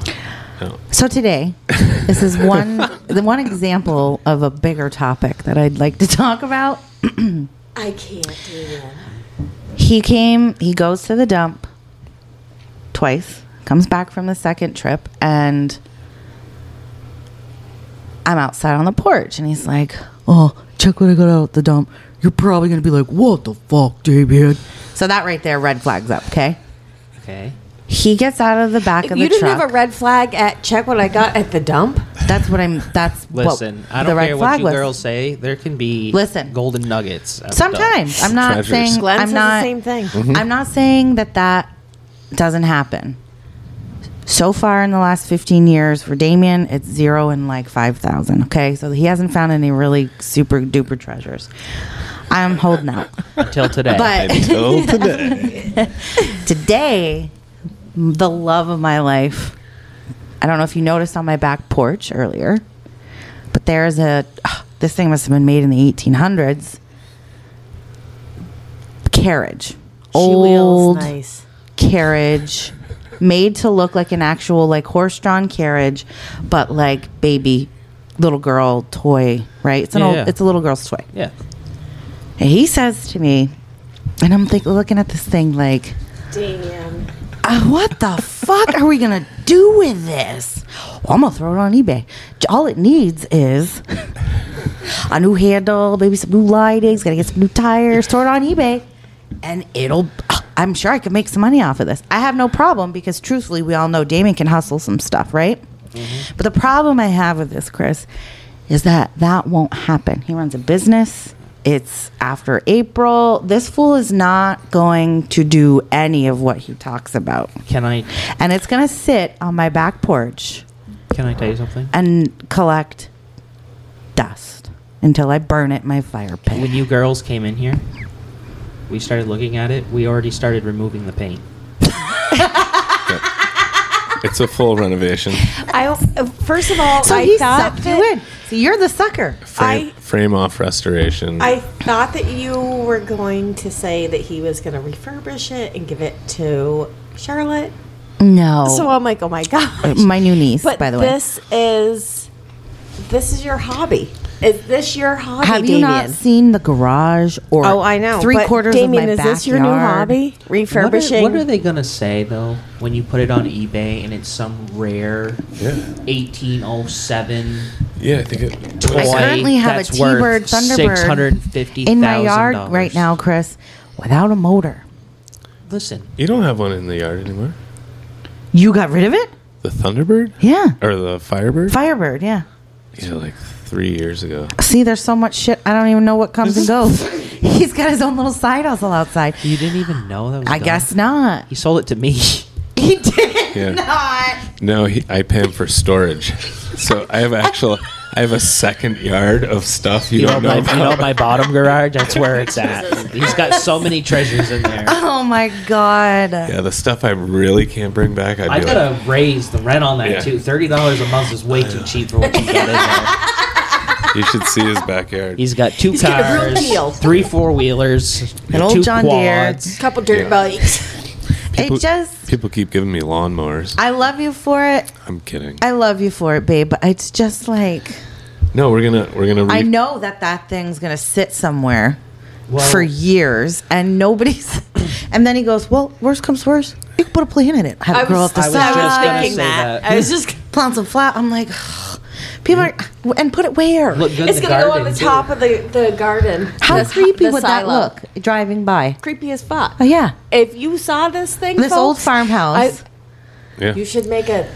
Speaker 4: no.
Speaker 1: So today, this is one the one example of a bigger topic that I'd like to talk about.
Speaker 3: I can't do that.
Speaker 1: He came, he goes to the dump twice, comes back from the second trip, and I'm outside on the porch, and he's like, Oh, check what I got out the dump. You're probably going to be like, What the fuck, David? So that right there, red flags up, okay?
Speaker 2: Okay.
Speaker 1: He gets out of the back
Speaker 3: You
Speaker 1: of the
Speaker 3: didn't
Speaker 1: truck.
Speaker 3: have a red flag at check what I got at the dump.
Speaker 1: that's what I'm, that's what
Speaker 2: Listen, I don't care what you girls say. There can be
Speaker 1: Listen.
Speaker 2: golden nuggets. at the dump.
Speaker 1: Sometimes. I'm not
Speaker 4: Treasures.
Speaker 1: saying,
Speaker 3: Glenn
Speaker 1: I'm
Speaker 3: says
Speaker 1: not,
Speaker 3: the same thing.
Speaker 1: I'm not saying that that doesn't happen. So far in the last 15 years for Damien, it's zero and like 5,000. Okay. So he hasn't found any really super duper treasures. I'm holding out.
Speaker 2: until today.
Speaker 1: But
Speaker 4: Until today.
Speaker 1: today, the love of my life, I don't know if you noticed on my back porch earlier, but there's a, ah, this thing must have been made in the 1800s carriage.
Speaker 3: Old.
Speaker 1: Old
Speaker 3: Nice.
Speaker 1: carriage made to look like an actual like horse-drawn carriage but like baby little girl toy right it's an
Speaker 2: Yeah,
Speaker 1: old
Speaker 2: yeah.
Speaker 1: it's a little girl's toy
Speaker 2: yeah.
Speaker 1: and he says to me and i'm think, looking at this thing like
Speaker 3: Damn.
Speaker 1: uh, what the fuck are we gonna do with this? Well, I'm gonna throw it on eBay. J- All it needs is a new handle, maybe some new lighting. Got to get some new tires. Store it on eBay, and it'll. uh, I'm sure I could make some money off of this. I have no problem because truthfully, we all know Damon can hustle some stuff, right? But the problem I have with this, Chris, is that that won't happen. He runs a business. It's after April. This fool is not going to do any of what he talks about.
Speaker 2: Can I
Speaker 1: And it's going to sit on my back porch
Speaker 2: can I tell you something?
Speaker 1: and collect dust until I burn it in my fire pit.
Speaker 2: When you girls came in here, we started looking at it. We already started removing the paint.
Speaker 4: It's a full renovation.
Speaker 3: I uh, first of all,
Speaker 1: so
Speaker 3: I
Speaker 1: he
Speaker 3: thought
Speaker 1: sucked
Speaker 3: that,
Speaker 1: you in. So you're the sucker.
Speaker 4: Frame,
Speaker 3: I-
Speaker 4: frame off restoration.
Speaker 3: I thought that you were going to say that he was going to refurbish it and give it to Charlotte.
Speaker 1: No.
Speaker 3: So I'm like, oh my gosh.
Speaker 1: Uh, my new niece,
Speaker 3: But
Speaker 1: by the way.
Speaker 3: this is this is your hobby. Is this your hobby,
Speaker 1: Have you
Speaker 3: Damien?
Speaker 1: not seen the garage or
Speaker 3: oh, I know.
Speaker 1: three
Speaker 3: but
Speaker 1: quarters
Speaker 3: Damien,
Speaker 1: of my
Speaker 3: is this your new
Speaker 1: backyard?
Speaker 3: hobby?
Speaker 2: What are,
Speaker 3: Refurbishing.
Speaker 2: what are they gonna say though when you put it on eBay and it's some rare
Speaker 4: yeah.
Speaker 2: 1807
Speaker 4: Yeah, I think it.
Speaker 2: toy
Speaker 1: I currently have a
Speaker 2: that's worth
Speaker 1: T-Bird Thunderbird
Speaker 2: $650,000.
Speaker 1: in my yard right now, Chris, without a motor.
Speaker 2: Listen,
Speaker 4: You don't have one in the yard anymore.
Speaker 1: You got rid of it?
Speaker 4: The Thunderbird?
Speaker 1: Yeah.
Speaker 2: Er.
Speaker 4: Or the Firebird?
Speaker 1: Firebird, yeah.
Speaker 4: yeah, like three years ago.
Speaker 1: See, there's so much shit. I don't even know what comes and goes. He's got his own little side hustle outside.
Speaker 2: you didn't even know that was.
Speaker 1: I
Speaker 2: gone?
Speaker 1: guess not.
Speaker 2: he sold it to me.
Speaker 1: He did
Speaker 4: Yeah.
Speaker 1: not.
Speaker 4: No, he, I pay him for storage. So I have actual. I have a second yard of stuff you,
Speaker 2: You know,
Speaker 4: don't know
Speaker 2: my,
Speaker 4: about.
Speaker 2: you know my bottom garage. That's where it's at. He's got so many treasures in there.
Speaker 1: Oh my god.
Speaker 4: yeah, the stuff I really can't bring back. I'd
Speaker 2: I
Speaker 4: be
Speaker 2: gotta raise the rent on that
Speaker 4: Yeah.
Speaker 2: too. Thirty dollars a month is way too cheap for what you got in there.
Speaker 4: like, you should see his backyard.
Speaker 2: He's got two
Speaker 3: got a real
Speaker 2: cars,
Speaker 3: deal.
Speaker 2: three four wheelers,
Speaker 1: An old
Speaker 2: two
Speaker 1: John Deere.
Speaker 2: quads.
Speaker 3: couple dirt
Speaker 4: Yeah.
Speaker 3: bikes.
Speaker 1: it just
Speaker 4: people keep giving me lawnmowers.
Speaker 1: I love you for it.
Speaker 4: I'm kidding.
Speaker 1: I love you for it, babe, but it's just like
Speaker 4: no, we're gonna we're gonna. Re-
Speaker 1: I know that that thing's going to sit somewhere
Speaker 2: Well-
Speaker 1: for years and nobody's and then he goes, "Well, worst comes worst. You can put a plant in it. Have
Speaker 3: I
Speaker 1: it grow
Speaker 3: was-
Speaker 1: up the
Speaker 2: I was
Speaker 1: size.
Speaker 2: just gonna
Speaker 3: thinking
Speaker 2: say
Speaker 3: that.
Speaker 2: that.
Speaker 3: I was just.
Speaker 1: plant some flower." I'm like, people are and put it where?
Speaker 2: Look good
Speaker 3: It's
Speaker 2: in the
Speaker 3: gonna go on
Speaker 2: garden,
Speaker 3: the
Speaker 2: too.
Speaker 3: top of the, the garden.
Speaker 1: How
Speaker 3: The-
Speaker 1: creepy
Speaker 3: the
Speaker 1: would that
Speaker 3: silo.
Speaker 1: look driving by?
Speaker 3: Creepy as fuck.
Speaker 1: Oh yeah.
Speaker 3: If you saw this thing,
Speaker 1: This
Speaker 3: folks,
Speaker 1: old farmhouse.
Speaker 3: I-
Speaker 4: yeah.
Speaker 3: you should make a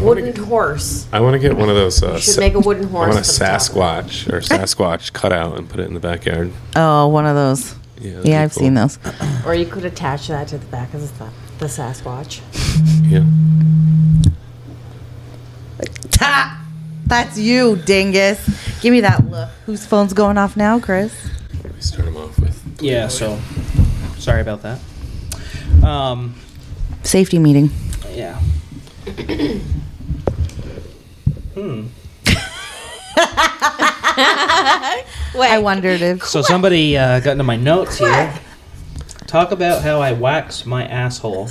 Speaker 3: wooden horse.
Speaker 4: I want to get one of those. Uh,
Speaker 3: You should make a wooden
Speaker 4: I
Speaker 3: horse.
Speaker 4: want a
Speaker 3: for the top.
Speaker 4: Sasquatch or Sasquatch cutout and put it in the backyard.
Speaker 1: oh, one of those.
Speaker 4: Yeah, that'd be
Speaker 1: Yeah, I've
Speaker 4: cool.
Speaker 1: seen those.
Speaker 3: Or you could attach that to the back of the, the Sasquatch.
Speaker 4: Yeah.
Speaker 1: Ta! That's you, dingus. Give me that look. Whose phone's going off now, Chris?
Speaker 4: We start him off with.
Speaker 2: Yeah. So, sorry about that. Um.
Speaker 1: Safety meeting.
Speaker 2: Yeah. hmm.
Speaker 1: I wondered if.
Speaker 2: So somebody uh, got into my notes here. Talk about how I waxed my asshole.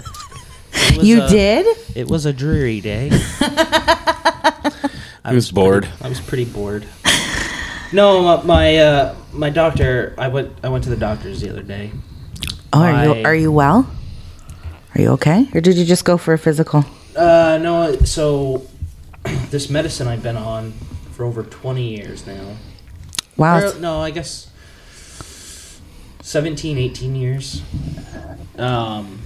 Speaker 2: It was
Speaker 1: You
Speaker 2: a-
Speaker 1: did?
Speaker 2: It was a dreary day.
Speaker 4: He was bored.
Speaker 2: I was pretty bored. No, my my, uh, my doctor. I went I went to the doctor's the other day.
Speaker 1: Oh, are
Speaker 2: I-
Speaker 1: you are you well? Are you okay? Or did you just go for a physical?
Speaker 2: Uh, no, so this medicine I've been on for over twenty years now.
Speaker 1: Wow.
Speaker 2: Or, no, I guess 17, 18 years. Um,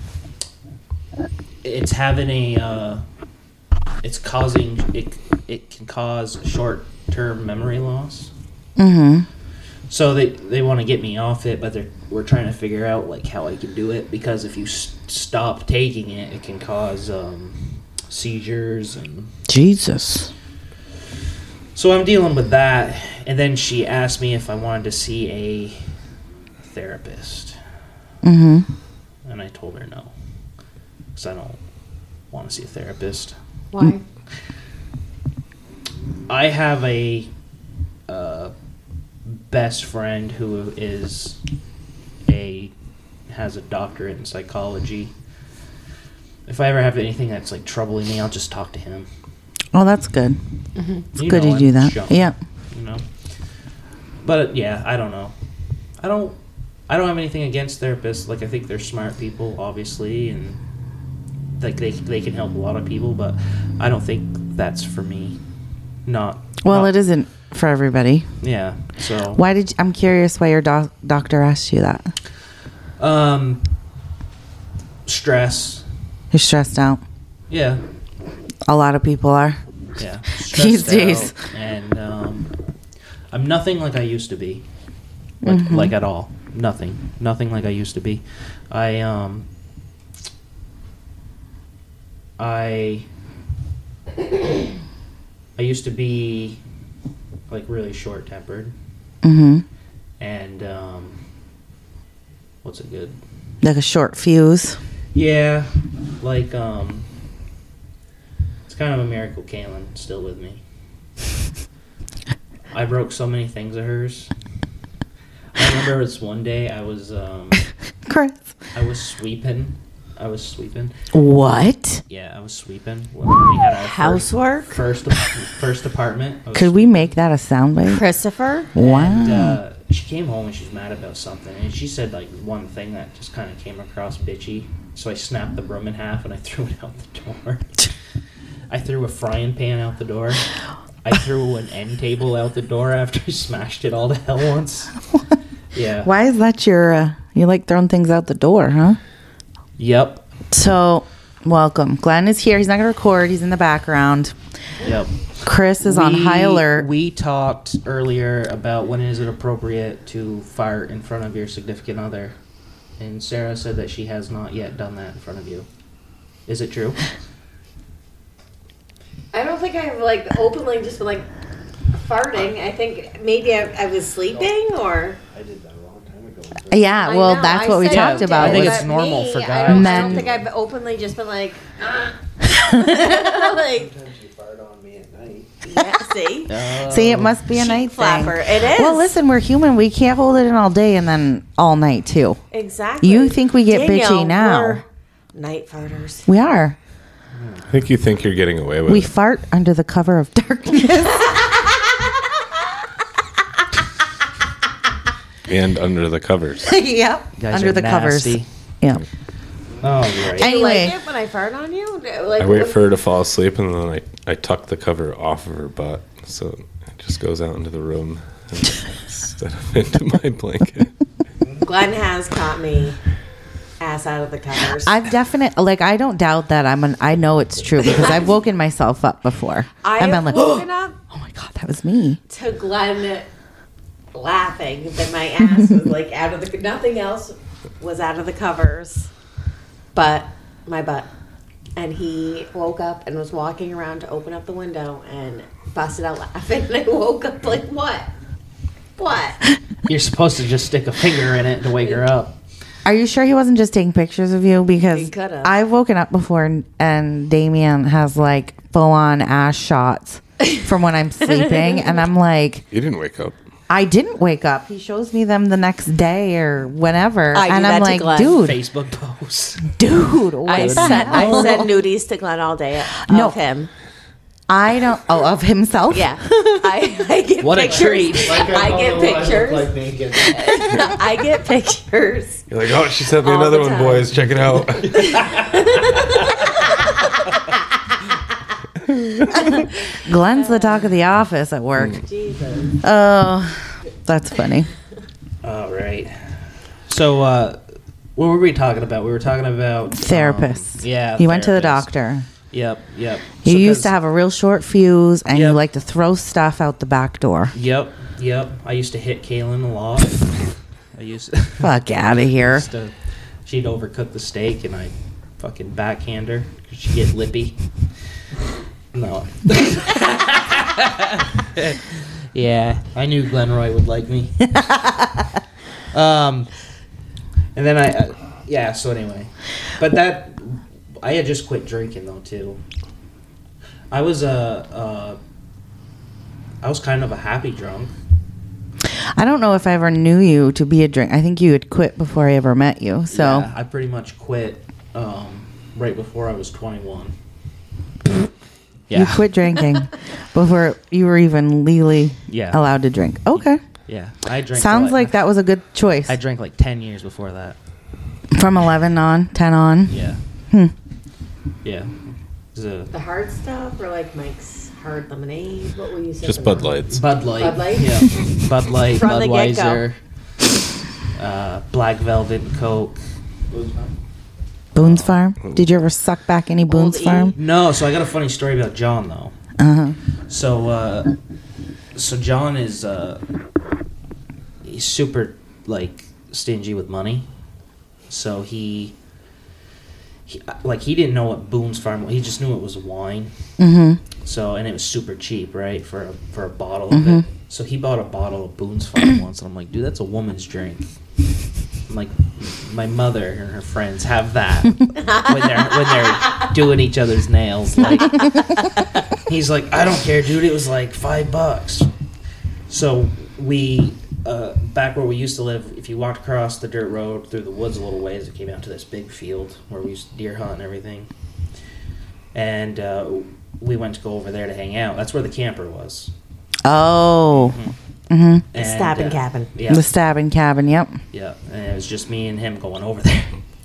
Speaker 2: it's having a. Uh, it's causing it. It can cause short-term memory loss.
Speaker 1: Mm-hmm.
Speaker 2: So they they want to get me off it, but they're we're trying to figure out like how I can do it because if you s- stop taking it, it can cause um, seizures and
Speaker 1: Jesus.
Speaker 2: So I'm dealing with that, and then she asked me if I wanted to see a therapist,
Speaker 1: Mm-hmm.
Speaker 2: and I told her no, because I don't want to see a therapist.
Speaker 3: Why?
Speaker 2: I have a uh, best friend who is a has a doctorate in psychology. If I ever have anything that's like troubling me, I'll just talk to him.
Speaker 1: Oh, that's good. It's
Speaker 2: You
Speaker 1: good
Speaker 2: know
Speaker 1: to
Speaker 2: I'm
Speaker 1: do that.
Speaker 2: shocked.
Speaker 1: Yeah.
Speaker 2: you know. But uh, yeah, I don't know. I don't. I don't have anything against therapists. Like I think they're smart people, obviously, and like they they can help a lot of people. But I don't think that's for me. Not
Speaker 1: Well,
Speaker 2: not-
Speaker 1: it isn't for everybody.
Speaker 2: Yeah. So
Speaker 1: Why did you, I'm curious why your doc, doctor asked you that?
Speaker 2: Um, stress.
Speaker 1: You're stressed out.
Speaker 2: Yeah.
Speaker 1: A lot of people are.
Speaker 2: Yeah.
Speaker 1: These
Speaker 2: Stressed out
Speaker 1: days.
Speaker 2: And um, I'm nothing like I used to be. Like,
Speaker 1: Mm-hmm.
Speaker 2: like at all. Nothing. Nothing like I used to be. I um. I. I used to be, like, really short-tempered,
Speaker 1: Mm-hmm.
Speaker 2: and um. What's a good
Speaker 1: Like a short fuse.
Speaker 2: Yeah, like um, it's kind of a miracle. Kaylin still with me. I broke so many things of hers. I remember this one day I was um,
Speaker 1: Chris.
Speaker 2: I was sweeping. I was sweeping.
Speaker 1: What?
Speaker 2: Yeah, I was sweeping. when we had our
Speaker 3: Housework?
Speaker 2: First, first, first apartment. I was
Speaker 1: Could we make that a
Speaker 3: Mm.
Speaker 1: soundbite?
Speaker 3: Christopher?
Speaker 1: Wow.
Speaker 2: And, uh, she came home and she was mad about something, and she said like one thing that just kind of came across bitchy. So I snapped the broom in half and I threw it out the door. I threw a frying pan out the door. I threw an end table out the door after I smashed it all to hell once. Yeah.
Speaker 1: Why is that your? Uh, you like throwing things out the door, huh?
Speaker 2: Yep.
Speaker 1: So, welcome. Glenn is here. He's not gonna record. He's in the background.
Speaker 2: Yep.
Speaker 1: Chris is on
Speaker 2: We-
Speaker 1: high alert.
Speaker 2: We talked earlier about when is it appropriate to fart in front of your significant other, and Sarah said that she has not yet done that in front of you. Is it true?
Speaker 3: I don't think I've like openly just been like farting. I think maybe I, I was sleeping or
Speaker 1: yeah.
Speaker 3: I
Speaker 1: Well,
Speaker 3: know,
Speaker 1: that's
Speaker 3: I
Speaker 1: what we
Speaker 3: said
Speaker 1: talked
Speaker 2: I
Speaker 1: about.
Speaker 2: I think
Speaker 1: was-
Speaker 2: it's
Speaker 3: but
Speaker 2: normal
Speaker 3: me,
Speaker 2: for
Speaker 3: I don't, I
Speaker 1: guys.
Speaker 3: don't think
Speaker 2: Men.
Speaker 3: I've openly just been like, ah. like,
Speaker 5: Sometimes you fart on me at night.
Speaker 3: yeah, see,
Speaker 1: See, it must be a night
Speaker 3: flapper.
Speaker 1: thing.
Speaker 3: It is.
Speaker 1: Well, listen, we're human. We can't hold it in all day and then all night too.
Speaker 3: exactly.
Speaker 1: You think we get bitchy now.
Speaker 3: we're Night farters.
Speaker 1: We are.
Speaker 4: I think you think you're getting away with
Speaker 1: We
Speaker 4: it.
Speaker 1: fart under the cover of darkness
Speaker 4: and under the covers.
Speaker 1: yep. Under the covers. Yeah.
Speaker 2: Oh, right.
Speaker 3: Do you
Speaker 1: Anyway.
Speaker 3: like it when I fart on you? Do- Like,
Speaker 4: I wait
Speaker 3: what-
Speaker 4: for her to fall asleep and then I, I tuck the cover off of her butt so it just goes out into the room instead of into my blanket.
Speaker 3: Glenn has caught me ass out of the covers. I,
Speaker 1: I've definitely like I don't doubt that I'm an I know it's true because I've woken myself up before. I have
Speaker 3: have
Speaker 1: been like,
Speaker 3: woken
Speaker 1: oh
Speaker 3: up
Speaker 1: my god, that was me.
Speaker 3: to Glenn laughing that my ass was like out of the nothing else was out of the covers, but my butt. And he woke up and was walking around to open up the window and busted out laughing. And I woke up like, what? What?
Speaker 2: You're supposed to just stick a finger in it to wake her up.
Speaker 1: Are you sure he wasn't just taking pictures of you? Because
Speaker 3: He could've.
Speaker 1: I've woken up before and, and Damien has like full on ass shots from when I'm sleeping and I'm like
Speaker 4: You didn't wake up.
Speaker 1: I didn't wake up. He shows me them the next day or whenever.
Speaker 3: I do
Speaker 1: and I'm
Speaker 3: that to
Speaker 1: like,
Speaker 3: Glenn.
Speaker 1: dude,
Speaker 2: Facebook post.
Speaker 1: dude, what
Speaker 3: I
Speaker 1: the
Speaker 3: sent, I
Speaker 1: hell?
Speaker 3: sent nudies to Glenn all day of
Speaker 1: No.
Speaker 3: him.
Speaker 1: I don't oh of himself?
Speaker 3: Yeah. I, I get
Speaker 2: What a
Speaker 3: pictures.
Speaker 2: treat.
Speaker 3: I get pictures. I get pictures.
Speaker 4: You're like, oh, she sent me
Speaker 3: All
Speaker 4: another
Speaker 3: the
Speaker 4: one,
Speaker 3: time.
Speaker 4: boys. Check it out.
Speaker 1: Glenn's the talk of the office at work.
Speaker 3: Jesus.
Speaker 2: Hmm.
Speaker 1: Oh, that's funny.
Speaker 2: All right. So, uh, what were we talking about? We were talking about um,
Speaker 1: Therapist.
Speaker 2: yeah.
Speaker 1: You went to the
Speaker 2: therapist.
Speaker 1: doctor.
Speaker 2: Yep. Yep.
Speaker 1: You
Speaker 2: So
Speaker 1: used
Speaker 2: 'cause-
Speaker 1: to have a real short fuse and you
Speaker 2: Yep.
Speaker 1: like to throw stuff out the back door.
Speaker 2: Yep. Yep. I used to hit Kaylin a lot. I used. To,
Speaker 1: Fuck out of here.
Speaker 2: used to- she'd overcook the steak, and I fucking backhand her because she'd get lippy. No. yeah, I knew Glenroy would like me. um, and then I, uh, yeah. So anyway, but that I had just quit drinking though too. I was a, uh, I was kind of a happy drunk.
Speaker 1: I don't know if I ever knew you to be a drink. I think you had quit before I ever met you. So
Speaker 2: Yeah, I pretty much quit um, right before I was 21. yeah.
Speaker 1: you quit drinking before you were even legally
Speaker 2: Yeah.
Speaker 1: allowed to drink. Okay.
Speaker 2: Yeah, I drank.
Speaker 1: Sounds like that was a good choice.
Speaker 2: I drank like 10 years before that.
Speaker 1: From 11 on, 10 on.
Speaker 2: Yeah.
Speaker 1: Hmm.
Speaker 2: Yeah. Is it
Speaker 3: The hard stuff or like Mike's hard lemonade? What were you saying?
Speaker 4: Just Bud Lights.
Speaker 2: Bud Light?
Speaker 3: Bud Light?
Speaker 2: Yeah. Bud Light,
Speaker 3: From the
Speaker 2: Budweiser, uh, Black Velvet, and Coke.
Speaker 1: Boone's Farm. Did you ever suck back any Boone's
Speaker 3: E.
Speaker 1: Farm?
Speaker 2: No, so I got a funny story about John though.
Speaker 1: Uh huh.
Speaker 2: So, uh, so John is uh, he's super like stingy with money. So he, he like he didn't know what Boone's Farm. was. He just knew it was wine.
Speaker 1: Mm
Speaker 2: So and it was super cheap, right? For a, for a bottle of it. So he bought a bottle of Boone's Farm once, and I'm like, dude, that's a woman's drink. I'm like, my mother and her friends have that when they're when they're doing each other's nails. Like, he's like, I don't care, dude. It was like five bucks. So we uh, back where we used to live, if you walked across the dirt road through the woods a little ways, it came out to this big field where we used to deer hunt and everything. And uh, we went to go over there to hang out. That's where the camper was.
Speaker 1: hmm. Oh. Mm hmm.
Speaker 2: And, uh,
Speaker 3: Stab and cabin.
Speaker 2: Yeah,
Speaker 1: The stabbing cabin. Yep.
Speaker 2: yeah. And it was just me and him going over there.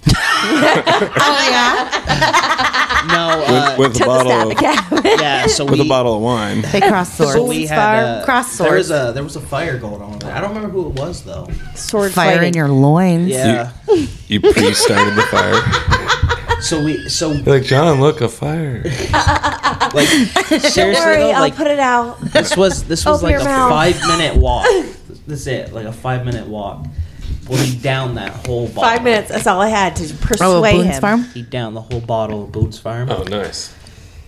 Speaker 1: Oh yeah.
Speaker 2: No, uh,
Speaker 4: With, with a bottle of,
Speaker 2: yeah. So
Speaker 4: with
Speaker 2: we,
Speaker 4: a bottle of wine.
Speaker 1: They cross swords.
Speaker 2: So we had uh,
Speaker 1: cross
Speaker 2: There
Speaker 1: swords.
Speaker 2: was a there was a fire going on. I don't remember who it was though.
Speaker 1: sword fire in your loins.
Speaker 2: Yeah.
Speaker 4: You pre-started the fire.
Speaker 2: So we so
Speaker 4: You're like John, look a fire.
Speaker 2: like seriously
Speaker 3: Don't worry,
Speaker 2: though,
Speaker 3: I'll
Speaker 2: like
Speaker 3: put it out.
Speaker 2: this was this was
Speaker 3: Open
Speaker 2: like
Speaker 3: your
Speaker 2: a
Speaker 3: mouth.
Speaker 2: five minute walk. That's it, like a five minute walk. Well, he down that whole bottle.
Speaker 3: Five minutes. That's all I had to persuade
Speaker 1: Oh, a Boone's
Speaker 3: him.
Speaker 1: Farm.
Speaker 2: He down the whole bottle of Boone's Farm.
Speaker 4: Oh, nice.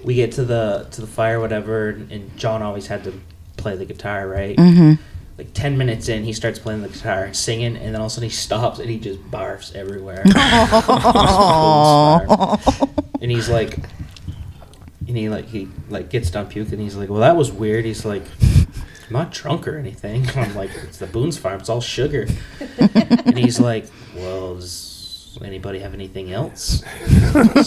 Speaker 2: We get to the to the fire, whatever, and, and John always had to play the guitar, right?
Speaker 1: Mm-hmm.
Speaker 2: Like ten minutes in, he starts playing the guitar and singing, and then all of a sudden he stops and he just barfs everywhere. and he's like and he like he like gets done puking he's like well that was weird he's like i'm not drunk or anything i'm like it's the boone's farm it's all sugar and he's like well does anybody have anything else so,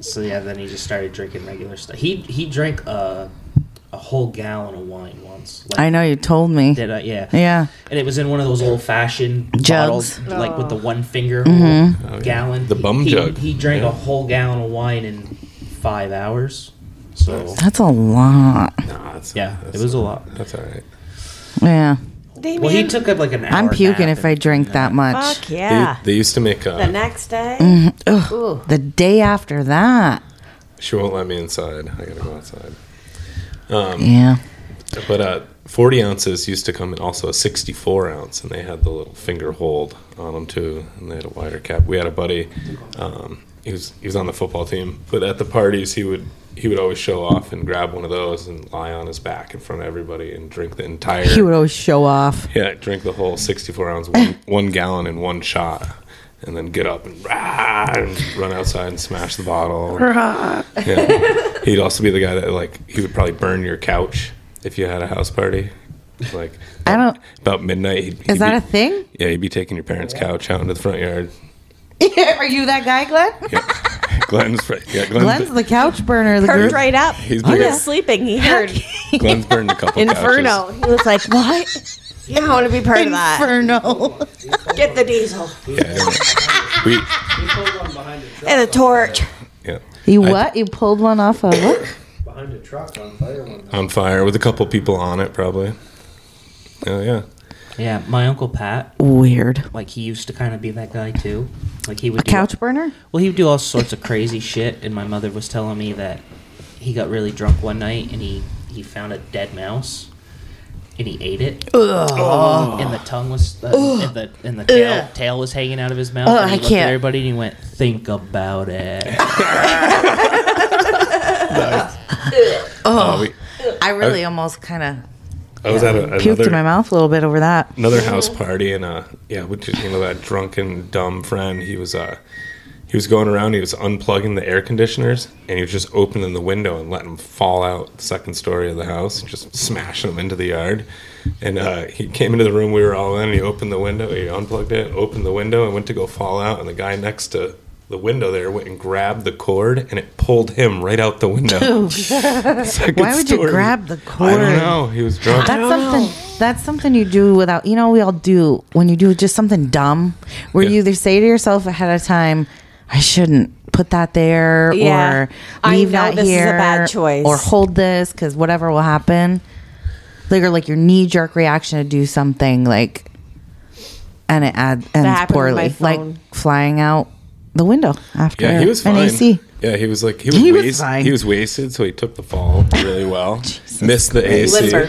Speaker 2: so yeah then he just started drinking regular stuff he he drank uh, a whole gallon of wine once like,
Speaker 1: I know you told me.
Speaker 2: did I, yeah
Speaker 1: Yeah.
Speaker 2: and it was in one of those old fashioned
Speaker 1: Jugs. Mm-hmm.
Speaker 2: bottles, like with the one finger gallon.
Speaker 4: Oh. The bum
Speaker 2: he,
Speaker 4: jug.
Speaker 2: He drank
Speaker 4: Yeah.
Speaker 2: a whole gallon of wine in five hours. So
Speaker 1: That's a lot.
Speaker 4: Nah, that's,
Speaker 2: yeah, it
Speaker 4: that's-
Speaker 2: was a lot.
Speaker 4: That's all right.
Speaker 1: Yeah.
Speaker 3: Damien.
Speaker 2: Well, he took up like an hour.
Speaker 1: I'm puking
Speaker 2: nap
Speaker 1: if I
Speaker 2: and-
Speaker 1: drink that much.
Speaker 3: Fuck yeah.
Speaker 4: They, they used to make. Uh,
Speaker 3: the next day.
Speaker 1: Ugh.
Speaker 3: Ooh.
Speaker 1: The day after that.
Speaker 4: She won't let me inside. I gotta go outside.
Speaker 1: Yeah.
Speaker 4: But uh, 40 ounces used to come in also a 64 ounce, and they had the little finger hold on them too, and they had a wider cap. We had a buddy, um, he was he was on the football team, but at the parties he would he would always show off and grab one of those and lie on his back in front of everybody and drink the entire
Speaker 1: He would always show off.
Speaker 4: yeah drink the whole 64 ounce one, one gallon in one shot. And then get up and, rah, and run outside and smash the bottle. Yeah. He'd also be the guy that like he would probably burn your couch if you had a house party. Like
Speaker 1: I don't.
Speaker 4: about midnight. He'd,
Speaker 1: Is that a thing?
Speaker 4: Yeah, he'd be taking your parents' couch out into the front yard.
Speaker 1: Are you that guy, Glenn?
Speaker 4: Yeah. Glenn's fr- yeah, Glenn's,
Speaker 1: Glenn's the couch burner. of The
Speaker 3: Turned
Speaker 1: group.
Speaker 3: right up.
Speaker 4: He's
Speaker 3: he
Speaker 4: big
Speaker 3: was
Speaker 4: up.
Speaker 3: sleeping. He heard
Speaker 4: Glenn's burned a couple
Speaker 3: Inferno.
Speaker 4: couches.
Speaker 3: He was like, "What? Yeah, I want to be part of that.
Speaker 1: Inferno.
Speaker 3: Get the diesel
Speaker 4: Yeah, yeah. We-
Speaker 3: and the torch."
Speaker 4: yeah.
Speaker 1: You what? You pulled one off of it?
Speaker 5: Behind a truck on fire one night.
Speaker 4: On fire with a couple people on it probably. Oh yeah.
Speaker 2: Yeah, my uncle Pat,
Speaker 1: Weird.
Speaker 2: like he used to kind of be that guy too. Like he would
Speaker 1: A
Speaker 2: do,
Speaker 1: couch burner?
Speaker 2: Well, he would do all sorts of crazy shit, and my mother was telling me that he got really drunk one night and he he found a dead mouse. And he ate it, and the tongue was, uh, and the and the tail, tail was hanging out of his mouth.
Speaker 1: Ugh,
Speaker 2: and he
Speaker 1: I
Speaker 2: looked At
Speaker 1: can't.
Speaker 2: everybody, and he went, "Think about it."
Speaker 1: Oh.
Speaker 4: Uh, we-
Speaker 1: I really almost kind of
Speaker 4: I was at a,
Speaker 1: puked in my
Speaker 4: another
Speaker 1: mouth a little bit over that.
Speaker 4: another house party and uh yeah, which is you know that drunken dumb friend, he was uh he was going around, he was unplugging the air conditioners and he was just opening the window and letting them fall out the second story of the house, just smashing them into the yard. And uh, he came into the room we were all in, and he opened the window, he unplugged it, opened the window, and went to go fall out. And the guy next to the window there went and grabbed the cord and it pulled him right out the window. Second
Speaker 1: Why would you
Speaker 4: story.
Speaker 1: grab the
Speaker 4: I
Speaker 1: cord?
Speaker 4: don't know. He was drunk.
Speaker 1: That's something. That's something you do without. You know, we all do when you do just something dumb, where
Speaker 4: Yeah.
Speaker 1: you either say to yourself ahead of time, "I shouldn't," put that there
Speaker 3: Yeah.
Speaker 1: or
Speaker 3: I
Speaker 1: leave
Speaker 3: know
Speaker 1: that
Speaker 3: this is a
Speaker 1: here
Speaker 3: bad choice.
Speaker 1: or hold this because whatever will happen. Like or like your knee jerk reaction to do something like, and it ad- ends
Speaker 3: happened with my
Speaker 1: poorly, like
Speaker 3: phone.
Speaker 1: flying out the window after
Speaker 4: Yeah, he was
Speaker 1: an
Speaker 4: fine.
Speaker 1: AC.
Speaker 4: Yeah, he was like he was,
Speaker 1: He was
Speaker 4: was
Speaker 1: fine.
Speaker 4: he was wasted, so he took the fall really well. Missed the
Speaker 3: Lizard.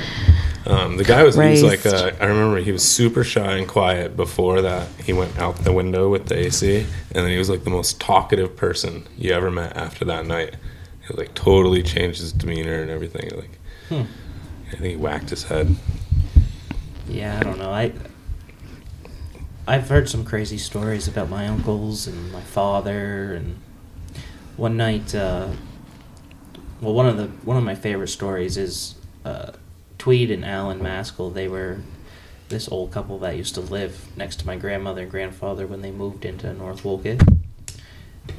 Speaker 4: AC. Um, the guy was he was like
Speaker 1: Christ.
Speaker 4: uh, I remember he was super shy and quiet before that. He went out the window with the AC, and then he was like the most talkative person you ever met after that night. He like totally changed his demeanor and everything. Like I think he whacked his head.
Speaker 2: Yeah, I don't know. I I've heard some crazy stories about my uncles and my father and one night uh, well one of the one of my favorite stories is uh, Tweed and Alan Maskell, they were this old couple that used to live next to my grandmother and grandfather when they moved into North Woolgate.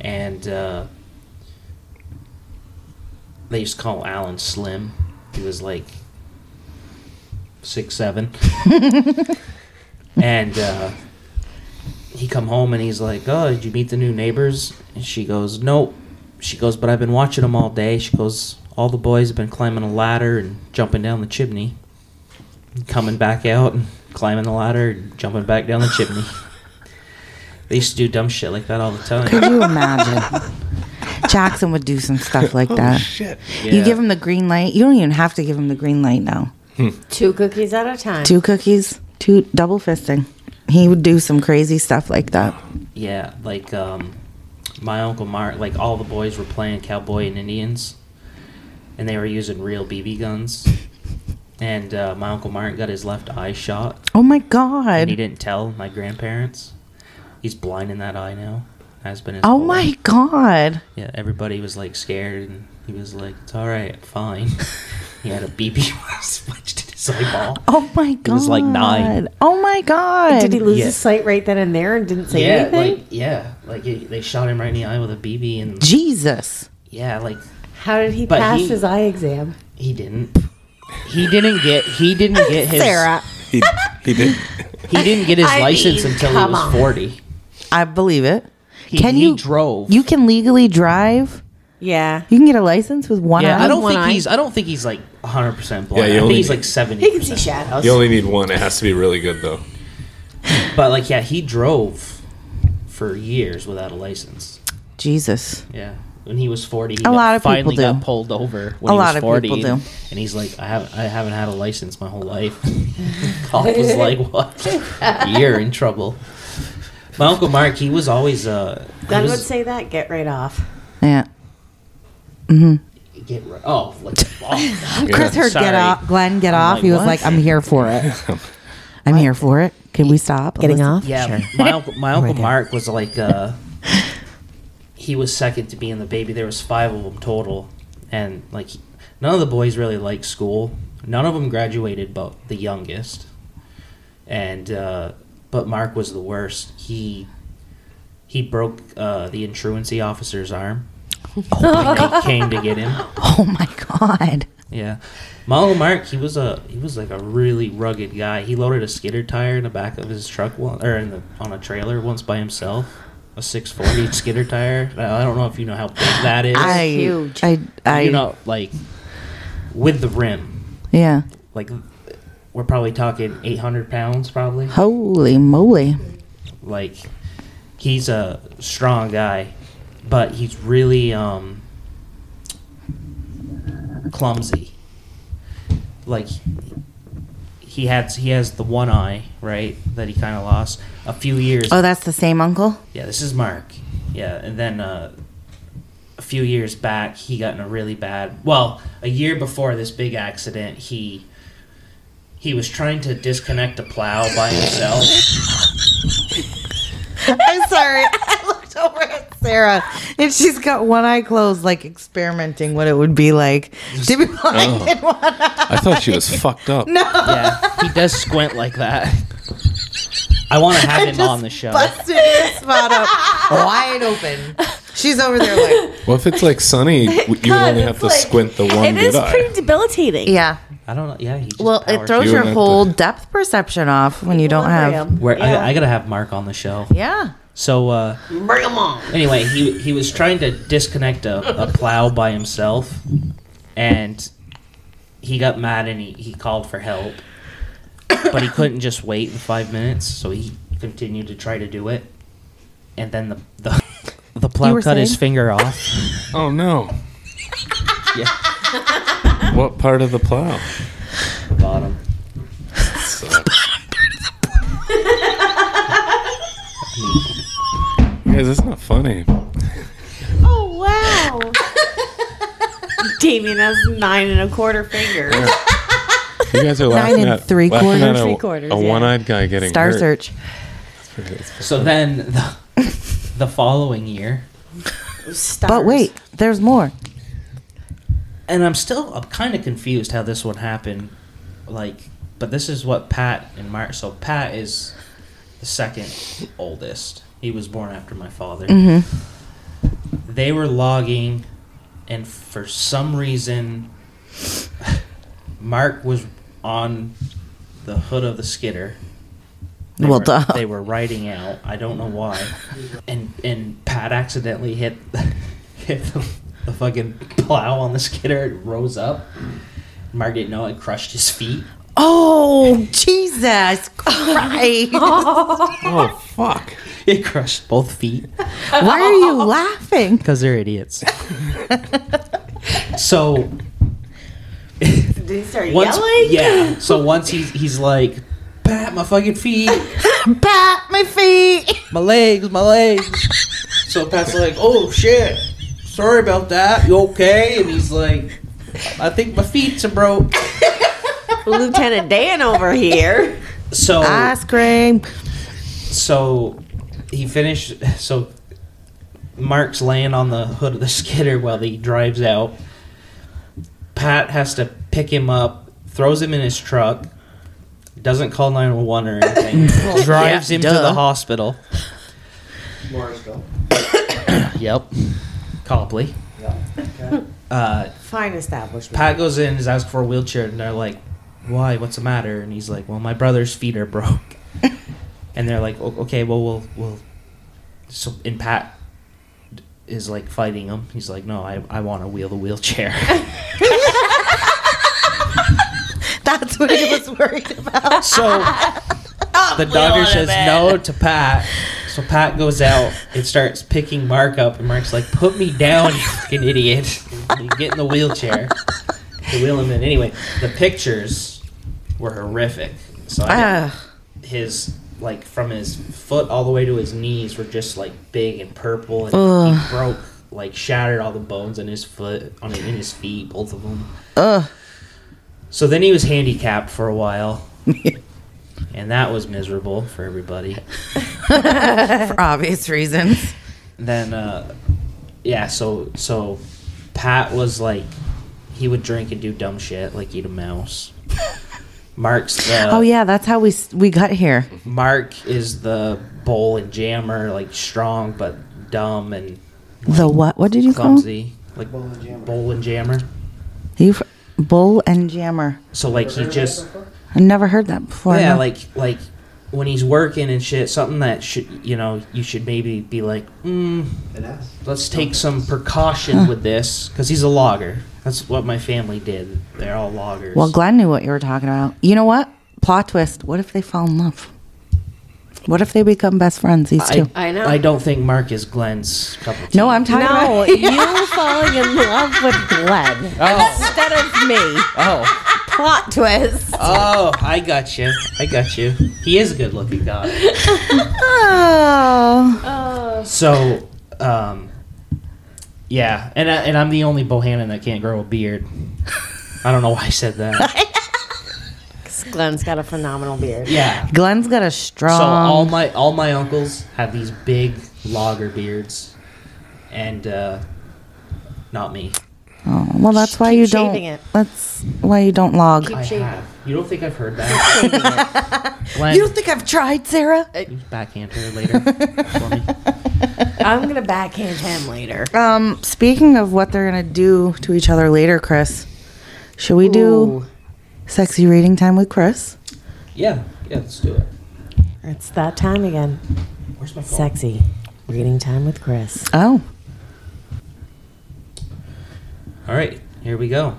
Speaker 2: And uh, they used to call Alan Slim. He was like six seven and uh, he come home and he's like oh did you meet the new neighbors and she goes nope she goes but i've been watching them all day she goes all the boys have been climbing a ladder and jumping down the chimney coming back out and climbing the ladder and jumping back down the chimney they used to do dumb shit like that all the
Speaker 1: Could
Speaker 2: time
Speaker 1: you imagine? Jackson would do some stuff like that. You
Speaker 2: Yeah.
Speaker 1: give him the green light. You don't even have to give him the green light now.
Speaker 3: Two cookies at a time.
Speaker 1: Two cookies, two double fisting. He would do some crazy stuff like that.
Speaker 2: Yeah, like um, my uncle Mark, like all the boys were playing cowboy and Indians, and they were using real BB guns. And uh, my uncle Mark got his left eye shot,
Speaker 1: Oh my
Speaker 2: and he
Speaker 1: god.
Speaker 2: didn't tell my grandparents. He's blind in that eye now. Has been. His
Speaker 1: Oh
Speaker 2: whole
Speaker 1: my
Speaker 2: life.
Speaker 1: god.
Speaker 2: Yeah, everybody was like scared, and he was like, "It's all right, fine." he had a BB switched in his eyeball.
Speaker 1: Oh my god.
Speaker 2: was like nine.
Speaker 1: Oh my god.
Speaker 3: Did he lose
Speaker 2: Yeah.
Speaker 3: his sight right then and there and didn't say
Speaker 2: yeah,
Speaker 3: anything?
Speaker 2: like yeah, like he- they shot him right in the eye with a BB, and
Speaker 1: Jesus.
Speaker 2: yeah, like
Speaker 3: How did he
Speaker 2: But
Speaker 3: pass
Speaker 2: he-
Speaker 3: his eye exam?
Speaker 2: He didn't. He didn't get. He didn't get his.
Speaker 3: Sarah,
Speaker 4: He he did.
Speaker 2: He didn't get his
Speaker 3: I
Speaker 2: license
Speaker 3: mean,
Speaker 2: until he
Speaker 3: come
Speaker 2: was
Speaker 3: on.
Speaker 2: forty.
Speaker 1: I believe it.
Speaker 2: He,
Speaker 1: Can
Speaker 2: he
Speaker 1: you-
Speaker 2: drove?
Speaker 1: You can legally drive.
Speaker 3: yeah,
Speaker 1: You can get a license with one
Speaker 2: yeah,
Speaker 1: eye.
Speaker 2: I don't
Speaker 3: one
Speaker 2: think
Speaker 3: eye.
Speaker 2: he's. I don't think he's like 100 percent
Speaker 4: Yeah,
Speaker 2: blind.
Speaker 4: you
Speaker 2: I think
Speaker 4: only
Speaker 2: he's
Speaker 4: need-
Speaker 2: like 70.
Speaker 3: he can see shadows.
Speaker 4: You only need one. It has to be really good though.
Speaker 2: But like, yeah, he drove for years without a license.
Speaker 1: Jesus.
Speaker 2: Yeah. When he was 40, he
Speaker 1: A
Speaker 2: got-
Speaker 1: lot of people
Speaker 2: finally
Speaker 1: do.
Speaker 2: got pulled over. When
Speaker 1: A
Speaker 2: he
Speaker 1: lot of
Speaker 2: was 40,
Speaker 1: people do.
Speaker 2: And he's like, I haven't, I haven't had a license my whole life. Cop was like, what? You're in trouble. My uncle Mark, he was always uh, he
Speaker 3: Gun would
Speaker 2: was-
Speaker 3: say that. Get right off.
Speaker 1: Yeah.
Speaker 2: get ri- oh, like, oh,
Speaker 1: Chris heard get
Speaker 2: Sorry.
Speaker 1: off. Glenn, get off.
Speaker 2: like,
Speaker 1: he was
Speaker 2: what?
Speaker 1: like, I'm here for it. I'm here for it. Can we stop? Alyssa?
Speaker 2: yeah. My uncle, my uncle Mark was like, uh, he was second to being the baby. There was five of them total, and like none of the boys really liked school. None of them graduated, but the youngest, and uh, but Mark was the worst. He he broke uh, the intruancy officer's arm. when they came to get him.
Speaker 1: Oh my god.
Speaker 2: Yeah. My Uncle Mark, he was a he was like a really rugged guy. He loaded a skidder tire in the back of his truck one, or in the, on a trailer once by himself. A six forty skidder tire. Now, I don't know if you know how big that is.
Speaker 1: I,
Speaker 3: huge.
Speaker 1: I, I,
Speaker 2: you know, like with the rim,
Speaker 1: yeah.
Speaker 2: like we're probably talking eight hundred pounds, probably.
Speaker 1: Holy moly.
Speaker 2: Like he's a strong guy, but he's really um, clumsy. Like he had he has the one eye right that he kind of lost a few years.
Speaker 1: Oh, that's the same uncle?
Speaker 2: Yeah, this is Mark. Yeah, and then uh, a few years back, he got in a really bad. Well, a year before this big accident, he he was trying to disconnect a plow by himself.
Speaker 1: I'm sorry. I looked over at Sarah and she's got one eye closed, like experimenting what it would be like to be blind in one eye.
Speaker 4: I thought she was fucked up.
Speaker 2: Yeah, he does squint like that. I want to have him on the show.
Speaker 1: Busted your spot up wide open. She's over there like,
Speaker 4: Well, if it's like sunny, you would only have to squint the one
Speaker 3: It is
Speaker 4: good eye.
Speaker 3: pretty debilitating.
Speaker 1: yeah.
Speaker 2: I don't know. Yeah, he just
Speaker 1: Well, it
Speaker 2: powers
Speaker 1: throws
Speaker 4: You
Speaker 1: your
Speaker 4: and I
Speaker 1: whole
Speaker 4: both.
Speaker 1: depth perception off when you don't have.
Speaker 2: through. Where,
Speaker 3: yeah.
Speaker 2: I, I gotta have Mark on the show.
Speaker 1: Yeah.
Speaker 2: So uh,
Speaker 3: Bring 'em on.
Speaker 2: anyway, he he was trying to disconnect a, a plow by himself, and he got mad and he, he called for help, but he couldn't just wait the five minutes, so he continued to try to do it, and then the the, the
Speaker 1: You
Speaker 2: plow
Speaker 1: were
Speaker 2: cut his
Speaker 1: saying?
Speaker 2: finger off.
Speaker 4: Oh no.
Speaker 2: yeah,
Speaker 4: What part of the plow?
Speaker 2: the bottom.
Speaker 4: Guys, that's not funny.
Speaker 3: Oh wow. Damien has nine and a quarter fingers.
Speaker 4: You guys are laughing
Speaker 1: and
Speaker 4: at
Speaker 1: three
Speaker 4: laughing
Speaker 1: quarters.
Speaker 4: at a,
Speaker 3: Three quarters,
Speaker 4: a
Speaker 3: yeah.
Speaker 4: one-eyed guy getting
Speaker 1: Star
Speaker 4: hurt.
Speaker 1: Search.
Speaker 2: So then the the following year,
Speaker 3: Stars.
Speaker 1: But wait, there's more.
Speaker 2: and I'm still I'm kind of confused how this one happened. Like, but this is what Pat and Mark. So Pat is the second oldest. He was born after my father.
Speaker 1: Mm-hmm.
Speaker 2: They were logging, and for some reason, Mark was on the hood of the skidder. They
Speaker 1: Well,
Speaker 2: were,
Speaker 1: duh.
Speaker 2: They were riding out. I don't know why. And and Pat accidentally hit hit the, the fucking plow on the skidder. It rose up. Mark didn't know it crushed his feet.
Speaker 1: Oh, Jesus Christ.
Speaker 4: Oh fuck!
Speaker 2: It crushed both feet
Speaker 1: Why are you laughing?
Speaker 2: because they're idiots. so
Speaker 3: Did he start
Speaker 2: once,
Speaker 3: yelling?
Speaker 2: yeah. So once he's he's like, Pat, my fucking feet,
Speaker 1: Pat, my feet.
Speaker 2: my legs, my legs. So Pat's like, oh shit, sorry about that. You okay? And he's like, I think my feet's are broke.
Speaker 3: Lieutenant Dan over here.
Speaker 2: So
Speaker 1: Ice cream.
Speaker 2: so he finished so mark's laying on the hood of the skidder while he drives out pat has to pick him up throws him in his truck doesn't call 911 or anything drives
Speaker 1: yeah,
Speaker 2: him to
Speaker 1: duh.
Speaker 2: the hospital
Speaker 5: Morrisville.
Speaker 2: yep copley
Speaker 5: Yeah.
Speaker 2: uh,
Speaker 3: Fine establishment.
Speaker 2: pat goes in is asked for a wheelchair and they're like why what's the matter and he's like well my brother's feet are broke and they're like "O- okay well we'll we'll so and pat is like fighting him he's like no i, I want to wheel the wheelchair
Speaker 1: That's what he was worried about.
Speaker 2: so the doctor says no to pat so pat goes out and starts picking mark up and mark's like put me down you fucking idiot And you get in the wheelchair to wheel him in anyway the pictures were horrific so I didn't-
Speaker 1: Ah,
Speaker 2: his like from his foot all the way to his knees were just like big and purple and he
Speaker 1: Ugh.
Speaker 2: broke like shattered all the bones in his foot on in his feet both of them
Speaker 1: ugh.
Speaker 2: so then he was handicapped for a while and that was miserable for everybody
Speaker 1: For obvious reasons.
Speaker 2: then uh yeah so so pat was like he would drink and do dumb shit like eat a mouse mark's uh, the
Speaker 1: Oh yeah, that's how we s- we got here.
Speaker 2: mark is the bowl and jammer like strong but dumb and
Speaker 1: The what? What did you call? him?
Speaker 2: clumsy, like
Speaker 5: Bowl and jammer.
Speaker 2: bowl and jammer.
Speaker 1: You f- bull and jammer.
Speaker 2: So like he just
Speaker 1: I never heard that before.
Speaker 2: yeah,
Speaker 1: no.
Speaker 2: like like when he's working and shit, something that should you know you should maybe be like, mm,
Speaker 5: An ass.
Speaker 2: let's take some precaution with this because he's a logger. That's what my family did. They're all loggers.
Speaker 1: Well, Glenn knew what you were talking about. You know what? Plot twist. What if they fall in love? What if they become best friends? These two.
Speaker 2: I,
Speaker 3: I know.
Speaker 2: I don't think Mark is Glenn's cup of tea.
Speaker 1: no, I'm talking
Speaker 6: No,
Speaker 1: about.
Speaker 6: you falling in love with Glenn
Speaker 2: Oh,
Speaker 6: instead of me.
Speaker 2: oh,
Speaker 6: Plot twist.
Speaker 2: oh! I got you. I got you. He is a good-looking guy.
Speaker 1: Oh.
Speaker 2: So, um, yeah, and I, and I'm the only Bohannon that can't grow a beard. I don't know why I said that.
Speaker 6: Glenn's got a phenomenal beard.
Speaker 2: Yeah.
Speaker 1: Glenn's got a strong.
Speaker 2: So all my all my uncles have these big logger beards, and uh, not me.
Speaker 1: Oh, well, that's why
Speaker 6: Keep
Speaker 1: you don't.
Speaker 6: shaving it.
Speaker 1: That's why you don't log.
Speaker 2: I have. You don't think I've heard that? Glenn,
Speaker 1: you don't think I've tried, Sarah?
Speaker 2: you backhand her later for me.
Speaker 6: I'm gonna backhand him later.
Speaker 1: Um, speaking of what they're gonna do to each other later, Chris, should we do sexy reading time with Chris?
Speaker 2: Yeah, yeah, let's do it.
Speaker 6: It's that time again.
Speaker 2: Where's my phone?
Speaker 6: Sexy. Reading time with Chris.
Speaker 1: Oh.
Speaker 2: All right, here we go.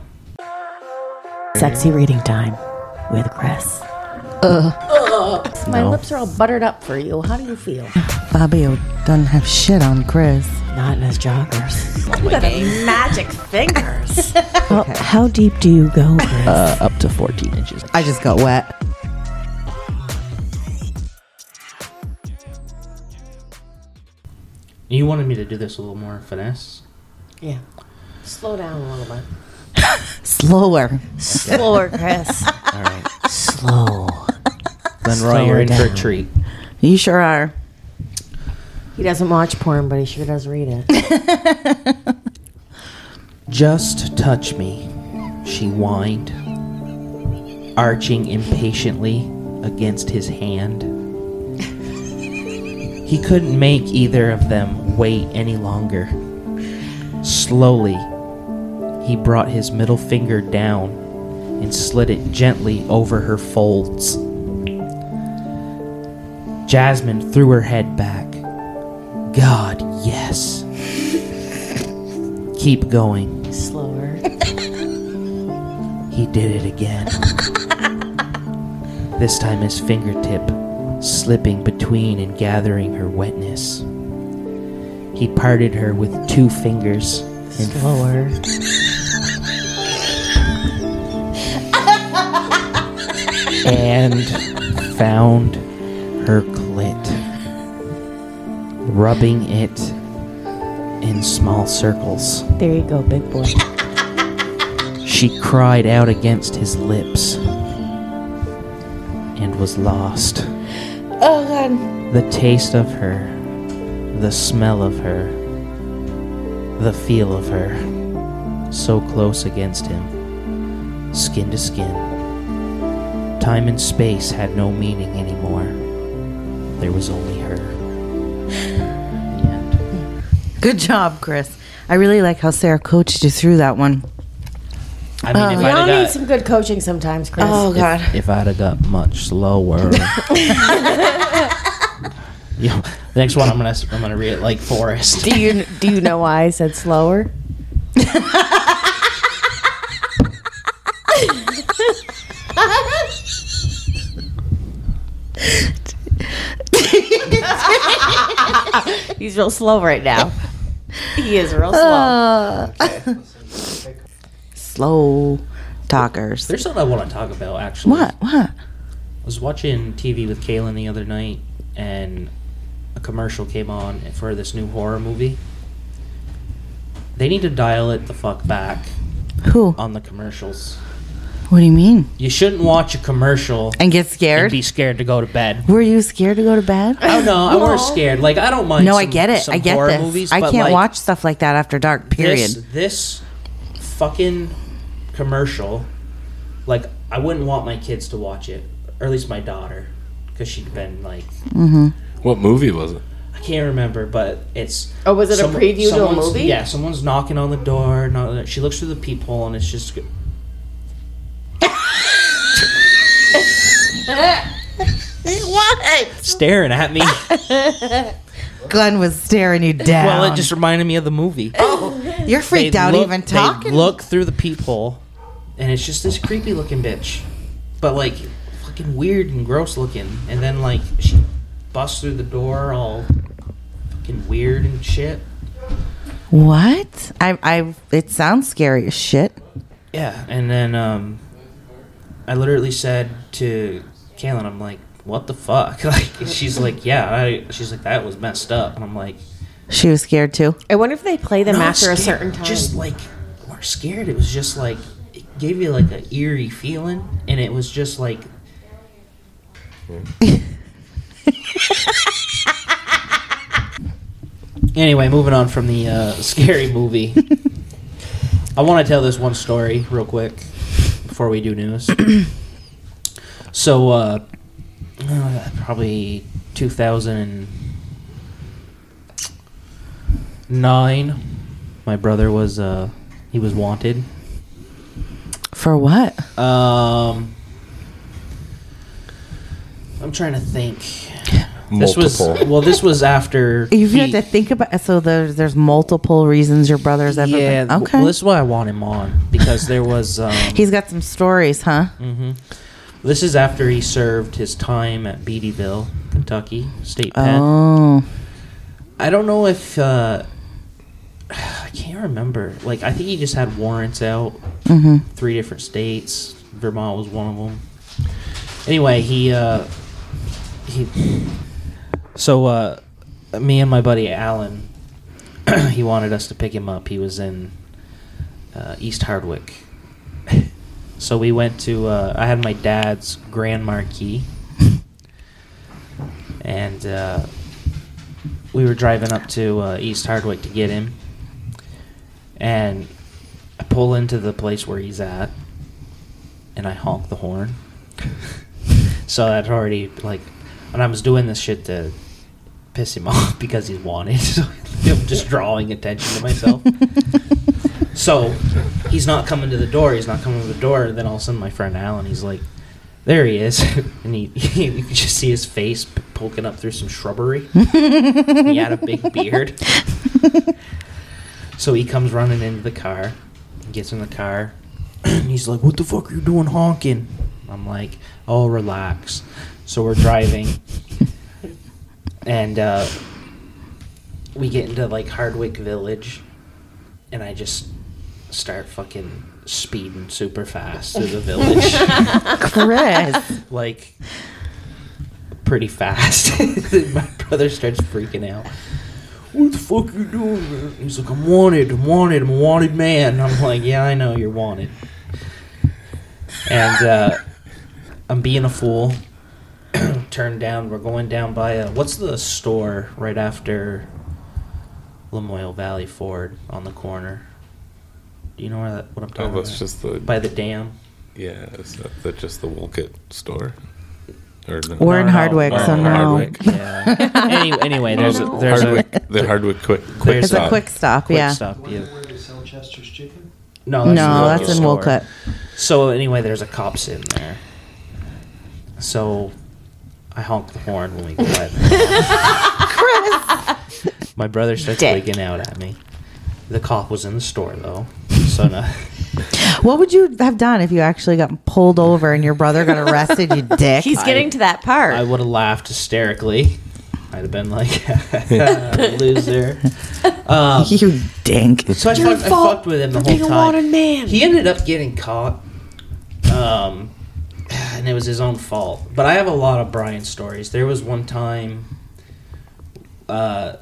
Speaker 6: Sexy reading time with Chris. My lips are all buttered up for you. How do you feel?
Speaker 1: Bobby O doesn't have shit on Chris.
Speaker 6: Not in his joggers.
Speaker 3: You got a magic fingers.
Speaker 6: How deep do you go, Chris?
Speaker 2: Uh, up to 14 inches.
Speaker 1: I just got wet.
Speaker 2: You wanted me to do this a little more finesse.
Speaker 6: yeah. Slow down a little bit.
Speaker 1: Slower.
Speaker 6: Slower, Chris.
Speaker 2: All right.
Speaker 6: Slow.
Speaker 2: Then Roy, you're in for a
Speaker 6: down.
Speaker 2: treat.
Speaker 1: You sure are.
Speaker 6: He doesn't watch porn, but he sure does read it.
Speaker 2: Just touch me, she whined, arching impatiently against his hand. He couldn't make either of them wait any longer. Slowly, he brought his middle finger down and slid it gently over her folds. Jasmine threw her head back. God, yes. Keep going.
Speaker 6: Slower.
Speaker 2: He did it again. this time his fingertip slipping between and gathering her wetness. He parted her with two fingers and
Speaker 6: Slower.
Speaker 2: and found her clit, rubbing it in small circles.
Speaker 6: There you go, big boy.
Speaker 2: She cried out against his lips and was lost. Oh, God. The taste of her, the smell of her, the feel of her, so close against him, skin to skin. Time and space had no meaning anymore. There was only her. The end.
Speaker 1: Good job, Chris. I really like how Sarah coached you through that one.
Speaker 2: I mean, if,
Speaker 6: We all
Speaker 2: I'd
Speaker 6: need
Speaker 2: have got,
Speaker 6: some good coaching sometimes, Chris.
Speaker 2: Oh,
Speaker 1: Oh, God.
Speaker 2: if I'd have got much slower. Yo, the next one I'm gonna I'm gonna read it like Forrest.
Speaker 6: Do you do you know why I said slower? He's real slow right now. He is real slow.
Speaker 1: Slow talkers.
Speaker 2: There's something I want to talk about actually.
Speaker 1: What? What?
Speaker 2: I was watching TV with Kaylin the other night, and a commercial came on for this new horror movie. They need to dial it the fuck back
Speaker 1: Who?
Speaker 2: on the commercials.
Speaker 1: What do you mean?
Speaker 2: You shouldn't watch a commercial
Speaker 1: And get
Speaker 2: and
Speaker 1: scared?
Speaker 2: be scared to go to bed.
Speaker 1: Were you scared to go to bed?
Speaker 2: Oh no, I was scared. Like I don't mind.
Speaker 1: no, I
Speaker 2: some-
Speaker 1: get it.
Speaker 2: some
Speaker 1: I get
Speaker 2: horror
Speaker 1: this.
Speaker 2: Movies,
Speaker 1: I
Speaker 2: but,
Speaker 1: can't
Speaker 2: like,
Speaker 1: watch stuff like that after dark. Period.
Speaker 2: This, this fucking commercial, like I wouldn't want my kids to watch it, or at least my daughter, because she'd been like,
Speaker 4: What movie was it?
Speaker 2: I can't remember, but it's.
Speaker 6: Oh, was it a preview to a
Speaker 2: someone's-
Speaker 6: movie?
Speaker 2: Yeah, someone's knocking on the door. No, she looks through the peephole, and it's just. go- Staring at me.
Speaker 1: Glenn was staring you down.
Speaker 2: Well, it just reminded me of the movie.
Speaker 1: You're
Speaker 2: They
Speaker 1: freaked out
Speaker 2: look-
Speaker 1: even
Speaker 2: they
Speaker 1: talking.
Speaker 2: look through the peephole, and it's just this creepy looking bitch, but like fucking weird and gross looking. And then like she busts through the door, all fucking weird and shit.
Speaker 1: What? I, I. It sounds scary as shit.
Speaker 2: Yeah, and then um, I literally said to Kaylin, I'm like, "What the fuck?" Like she's like, "Yeah," I, she's like, "That was messed up," and I'm like,
Speaker 1: She was scared too.
Speaker 6: I wonder if they play them
Speaker 2: "Not
Speaker 6: after a
Speaker 2: scared,
Speaker 6: certain time.
Speaker 2: just like we're scared. It was just like it gave you like an eerie feeling, and it was just like Anyway, moving on from the uh, scary movie, I want to tell this one story real quick before we do news. so, uh, uh, probably 2009, my brother was uh, he was wanted.
Speaker 1: For what?
Speaker 2: Um, I'm trying to think. This was
Speaker 4: Multiple.
Speaker 2: well. This was after.
Speaker 1: If you
Speaker 2: he-
Speaker 1: have to think about so there's there's multiple reasons your brother's ever
Speaker 2: yeah.
Speaker 1: been okay.
Speaker 2: Well, this is why I want him on because there was. Um, mm-hmm.
Speaker 1: He's got some stories, huh?
Speaker 2: this is after he served his time at Beattyville, Kentucky State Pen.
Speaker 1: Oh,
Speaker 2: I don't know if uh, I can't remember. Like I think he just had warrants out
Speaker 1: mm-hmm.
Speaker 2: three different states. Vermont was one of them. Anyway, he uh, he. So uh, me and my buddy Alan, he wanted us to pick him up. He was in uh, East Hardwick. So we went to. Uh, I had my dad's Grand Marquis, and. Uh, we were driving up to uh, East Hardwick to get him, and I pull into the place where he's at, and I honk the horn. so I'd already like, and I was doing this shit to piss him off because he's wanted. So I'm just drawing attention to myself. so he's not coming to the door. He's not coming to the door. Then all of a sudden, my friend Alan, he's like. There he is, and he, you can just see his face p- poking up through some shrubbery he had a big beard. so he comes running into the car, gets in the car, and he's like, What the fuck are you doing honking? I'm like, Oh, relax. So we're driving, and uh, we get into like Hardwick Village, and I just start fucking speeding super fast through the village
Speaker 1: Chris,
Speaker 2: like pretty fast. My brother starts freaking out. What the fuck you doing? Man? He's like, I'm wanted, I'm wanted, I'm a wanted man. And I'm like, yeah, I know you're wanted. And uh, I'm being a fool. Turned down. We're going down by uh what's the store right after Lamoille Valley Ford on the corner. Do you know where that, what I'm
Speaker 4: Oh,
Speaker 2: talking
Speaker 4: that's
Speaker 2: about?
Speaker 4: just the
Speaker 2: by the dam.
Speaker 4: yeah. Is that the, just the Wolcott store? Or no?
Speaker 1: we're in
Speaker 2: no,
Speaker 1: Hardwick,
Speaker 2: no,
Speaker 1: so no.
Speaker 4: Hardwick.
Speaker 2: Yeah. Any, anyway, there's a, there's a
Speaker 4: Oh, Hardwick, the Hardwick quick quick
Speaker 2: There's
Speaker 1: It's a
Speaker 4: stop.
Speaker 1: quick stop.
Speaker 2: quick
Speaker 1: yeah.
Speaker 2: stop.
Speaker 5: Where,
Speaker 2: Yeah.
Speaker 5: where they sell Chester's chicken?
Speaker 2: No,
Speaker 1: No,
Speaker 2: another
Speaker 1: that's in
Speaker 2: store.
Speaker 1: Wolcott.
Speaker 2: So anyway, there's a cop sitting there. So I honk the horn when we go by. My brother starts
Speaker 1: Dick.
Speaker 2: freaking out at me. The cop was in the store though, so no.
Speaker 1: What would you have done if you actually got pulled over and your brother got arrested? You dick.
Speaker 7: He's getting to that part.
Speaker 2: I would have laughed hysterically. I'd have been like, loser.
Speaker 1: you dink.
Speaker 2: So I, fucked, I fucked with him the whole
Speaker 3: being a wanted
Speaker 2: time.
Speaker 3: man.
Speaker 2: He ended up getting caught, um, and it was his own fault. But I have a lot of Brian stories. There was one time, uh,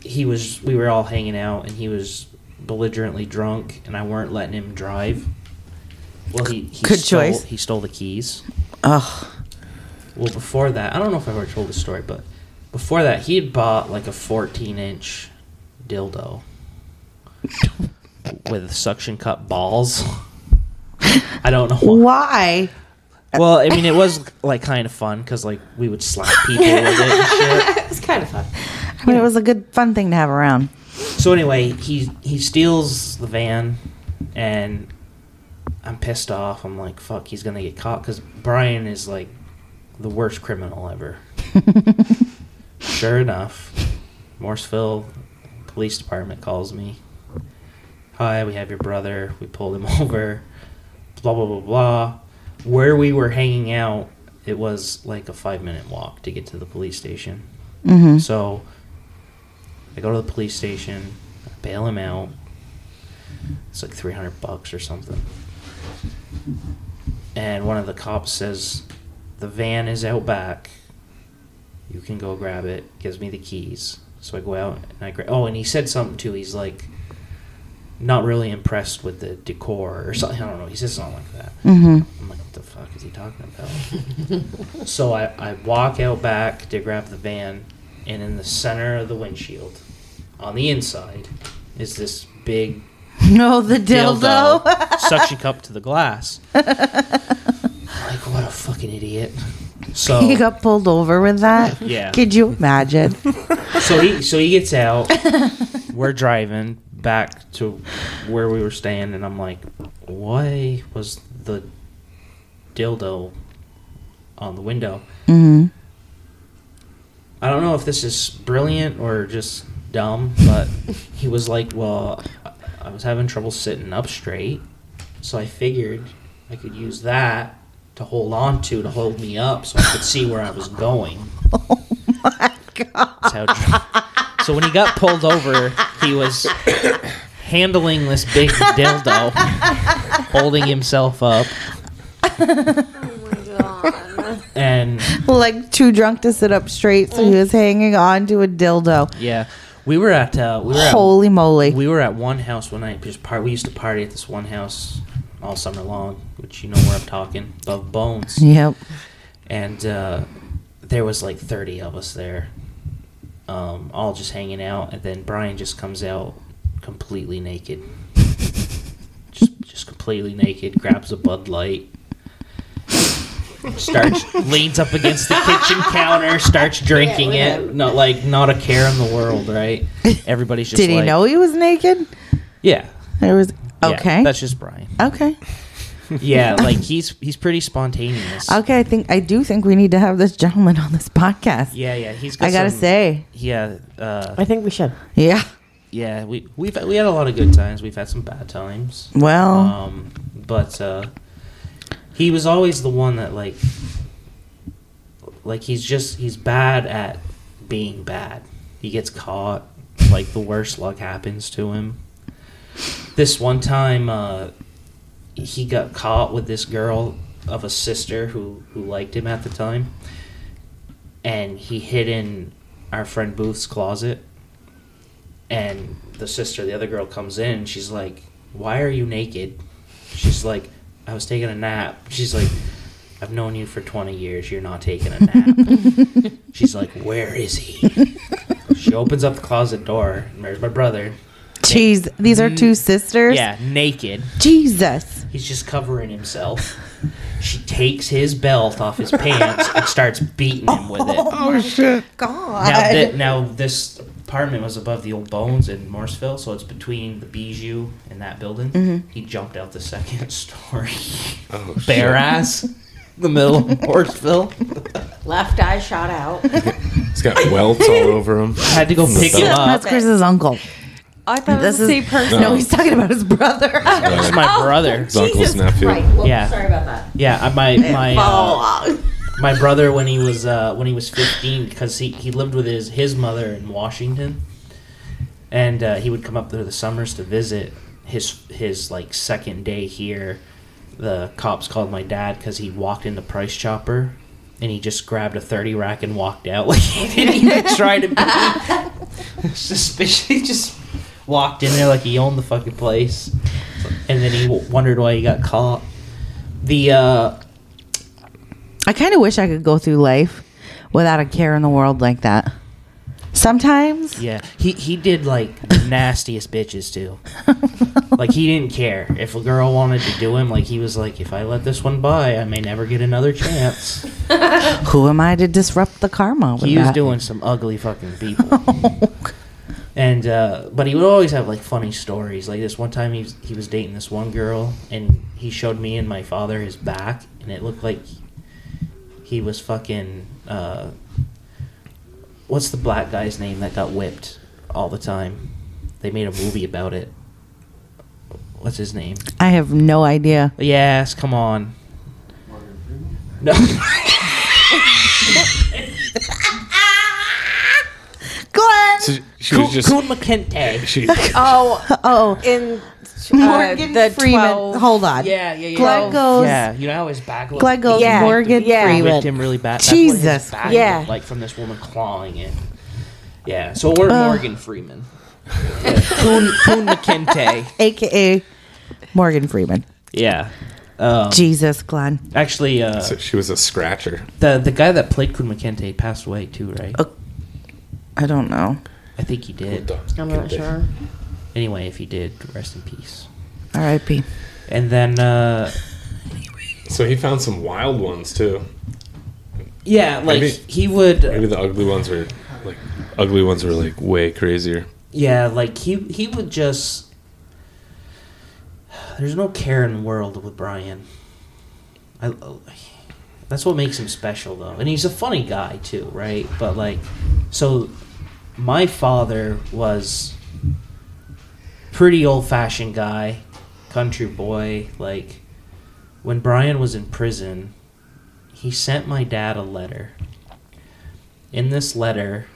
Speaker 2: he was we were all hanging out, and he was belligerently drunk, and I weren't letting him drive. Well, he, he
Speaker 1: Good
Speaker 2: stole,
Speaker 1: choice.
Speaker 2: He stole the keys.
Speaker 1: Ugh.
Speaker 2: Well, before that, I don't know if I've ever told the story, but before that, he had bought like a 14 inch dildo with suction cup balls. I don't know. why.
Speaker 1: Why?
Speaker 2: Well, I mean, it was like kind of fun because like we would slap people with it and shit.
Speaker 3: It's kind of fun.
Speaker 1: I mean, it was a good, fun thing to have around.
Speaker 2: So anyway, he he steals the van, and I'm pissed off. I'm like, fuck, he's gonna get caught because Brian is like the worst criminal ever. sure enough, Morseville Police Department calls me. Hi, we have your brother. We pulled him over. Blah blah blah blah. Where we were hanging out, it was like a five minute walk to get to the police station. Mm-hmm.
Speaker 1: Mm-hmm.
Speaker 2: So I go to the police station, I bail him out. It's like 300 bucks or something. And one of the cops says, The van is out back. You can go grab it. Gives me the keys. So I go out and I grab. Oh, and he said something too. He's like, not really impressed with the decor or something. I don't know. He says something like that. I'm like, what the fuck is he talking about? so I, I walk out back to grab the van, and in the center of the windshield, on the inside, is this big
Speaker 1: No, the dildo.
Speaker 2: suction cup to the glass. like, what a fucking idiot. So
Speaker 1: He got pulled over with that.
Speaker 2: Yeah.
Speaker 1: Could you imagine?
Speaker 2: so he so he gets out. We're driving back to where we were staying, and I'm like, "Why was the dildo on the window?" I don't know if this is brilliant or just dumb, but he was like, "Well, I- I was having trouble sitting up straight, so I figured I could use that to hold on to to hold me up, so I could see where I was going." Oh my god! so when he got pulled over, he was handling this big dildo, holding himself up, and
Speaker 1: like too drunk to sit up straight, so he was hanging on to a dildo.
Speaker 2: yeah, we were at uh, we were at
Speaker 1: Holy moly!
Speaker 2: We were at one house one night. Just part. We used to party at this one house all summer long, which you know where I'm talking above Bones,
Speaker 1: yep.
Speaker 2: and uh, there was like 30 of us there, um, all just hanging out. And then Brian just comes out completely naked, just just completely naked. Grabs a Bud Light. Starts leans up against the kitchen counter, starts drinking
Speaker 3: Yeah,
Speaker 2: it. Not like not a care in the world, right? Everybody's just
Speaker 1: Did he
Speaker 2: like-
Speaker 1: know he was naked?
Speaker 2: Yeah,
Speaker 1: There was
Speaker 2: yeah,
Speaker 1: okay.
Speaker 2: that's just Brian.
Speaker 1: okay.
Speaker 2: Yeah, like he's he's pretty spontaneous.
Speaker 1: Okay, I think I do think we need to have this gentleman on this podcast.
Speaker 2: Yeah, yeah, he's. Got
Speaker 1: I gotta
Speaker 2: some-
Speaker 1: say,
Speaker 2: Yeah, uh,
Speaker 6: I think we should.
Speaker 1: yeah.
Speaker 2: yeah. We we've we had a lot of good times. We've had some bad times.
Speaker 1: Well,
Speaker 2: Um, but uh, he was always the one that like, like he's just he's bad at being bad. He gets caught. Like the worst luck happens to him. This one time, uh, he got caught with this girl of a sister who who liked him at the time, and he hid in our friend Booth's closet and the sister, the other girl, comes in. And she's like, "Why are you naked?" She's like, "I was taking a nap." She's like, "I've known you for twenty years. You're not taking a nap." she's like, "Where is he?" she opens up the closet door. And there's my brother.
Speaker 1: jeez, these are two sisters.
Speaker 2: Mm-hmm. Yeah, naked.
Speaker 1: Jesus.
Speaker 2: He's just covering himself. She takes his belt off his pants and starts beating him with it.
Speaker 1: Oh shit. God.
Speaker 2: Now, thi- now this apartment was above the old Bones in Morrisville, so it's between the Bijou and that building. He jumped out the second story,
Speaker 4: Oh,
Speaker 2: bare ass, the middle of Morrisville.
Speaker 3: Left eye shot out.
Speaker 4: He's got welts all over him.
Speaker 2: Had to go pick him up.
Speaker 1: that's Chris's uncle.
Speaker 3: I thought
Speaker 1: This
Speaker 3: it was the
Speaker 1: is-
Speaker 3: same person.
Speaker 1: No, he's talking about his brother.
Speaker 2: It's my brother.
Speaker 4: His uncle's nephew.
Speaker 3: Right. Well,
Speaker 2: Yeah.
Speaker 3: Sorry about that.
Speaker 2: Yeah, I- my my uh,
Speaker 3: oh,
Speaker 2: my brother when he was uh, when he was fifteen because he, he lived with his his mother in Washington, and uh, he would come up there the summers to visit. His his like second day here, the cops called my dad because he walked into Price Chopper, and he just grabbed a thirty rack and walked out like he didn't even try to be suspicious. He just walked in there like he owned the fucking place, and then he w- wondered why he got caught. The uh,
Speaker 1: I kind of wish I could go through life without a care in the world like that. Sometimes.
Speaker 2: Yeah, he he did like the nastiest bitches too. like he didn't care if a girl wanted to do him. Like he was like, if I let this one by, I may never get another chance.
Speaker 1: Who am I to disrupt the karma with
Speaker 2: he was
Speaker 1: that?
Speaker 2: doing some ugly fucking people. and uh, but he would always have like funny stories. Like this one time, he was, he was dating this one girl, and he showed me and my father his back, and it looked like he was fucking. Uh, what's the black guy's name that got whipped all the time? They made a movie about it. What's his name?
Speaker 1: I have no idea.
Speaker 2: Yes, come on. No.
Speaker 1: Glenn.
Speaker 4: So she
Speaker 2: Coon
Speaker 4: was just.
Speaker 2: Coon McKente.
Speaker 4: She,
Speaker 3: oh,
Speaker 1: Oh,
Speaker 3: in uh,
Speaker 1: Morgan
Speaker 3: the
Speaker 1: Freeman.
Speaker 3: 12
Speaker 1: Hold on.
Speaker 2: Yeah, yeah, yeah.
Speaker 1: Glenn goes.
Speaker 2: Yeah, you know how his back looked.
Speaker 1: Glenn goes.
Speaker 3: Yeah.
Speaker 1: Morgan
Speaker 3: Yeah.
Speaker 2: He
Speaker 1: Freeman.
Speaker 2: whipped him really bad. That's what
Speaker 1: Jesus.
Speaker 2: his back
Speaker 3: Yeah.
Speaker 2: looked like from this woman clawing it. Yeah, so we're
Speaker 1: Uh.
Speaker 2: Morgan Freeman. Yeah, Coon, Coon McKente.
Speaker 1: AKA Morgan Freeman.
Speaker 2: Yeah. Um,
Speaker 1: Jesus, Glenn.
Speaker 2: actually, uh,
Speaker 4: so she was a scratcher.
Speaker 2: the the guy that played Coon McKente passed away too, right?
Speaker 1: Oh. I don't know.
Speaker 2: I think he did.
Speaker 6: I'm not sure.
Speaker 2: Anyway, if he did, rest in peace.
Speaker 1: R.I.P.
Speaker 2: And then, uh,
Speaker 4: So he found some wild ones too.
Speaker 2: yeah, like
Speaker 4: Maybe-
Speaker 2: he would.
Speaker 4: Maybe the ugly ones were like ugly ones were like way crazier.
Speaker 2: Yeah, like he he would just. There's no care in the world with Brian. I That's what makes him special, though. And he's a funny guy, too, right? But, like, so my father was pretty old fashioned guy, country boy. Like, when Brian was in prison, he sent my dad a letter. In this letter,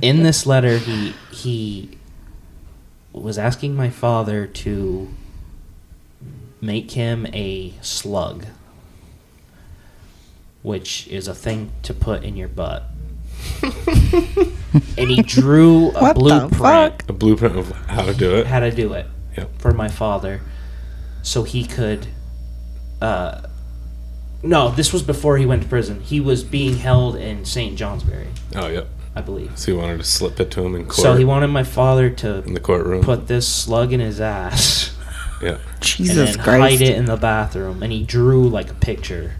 Speaker 2: in this letter, he he was asking my father to make him a slug, which is a thing to put in your butt. and he drew a blueprint
Speaker 4: A blueprint of how to do it.
Speaker 2: how to do it
Speaker 4: Yep.
Speaker 2: for my father so he could uh no this was before he went to prison he was being held in st johnsbury
Speaker 4: Oh, yep.
Speaker 2: i believe
Speaker 4: So he wanted to slip it to him in court.
Speaker 2: so he wanted my father to
Speaker 4: in the courtroom.
Speaker 2: put this slug in his ass
Speaker 4: yeah.
Speaker 1: Jesus
Speaker 2: and then
Speaker 1: Christ.
Speaker 2: hide it in the bathroom and he drew like a picture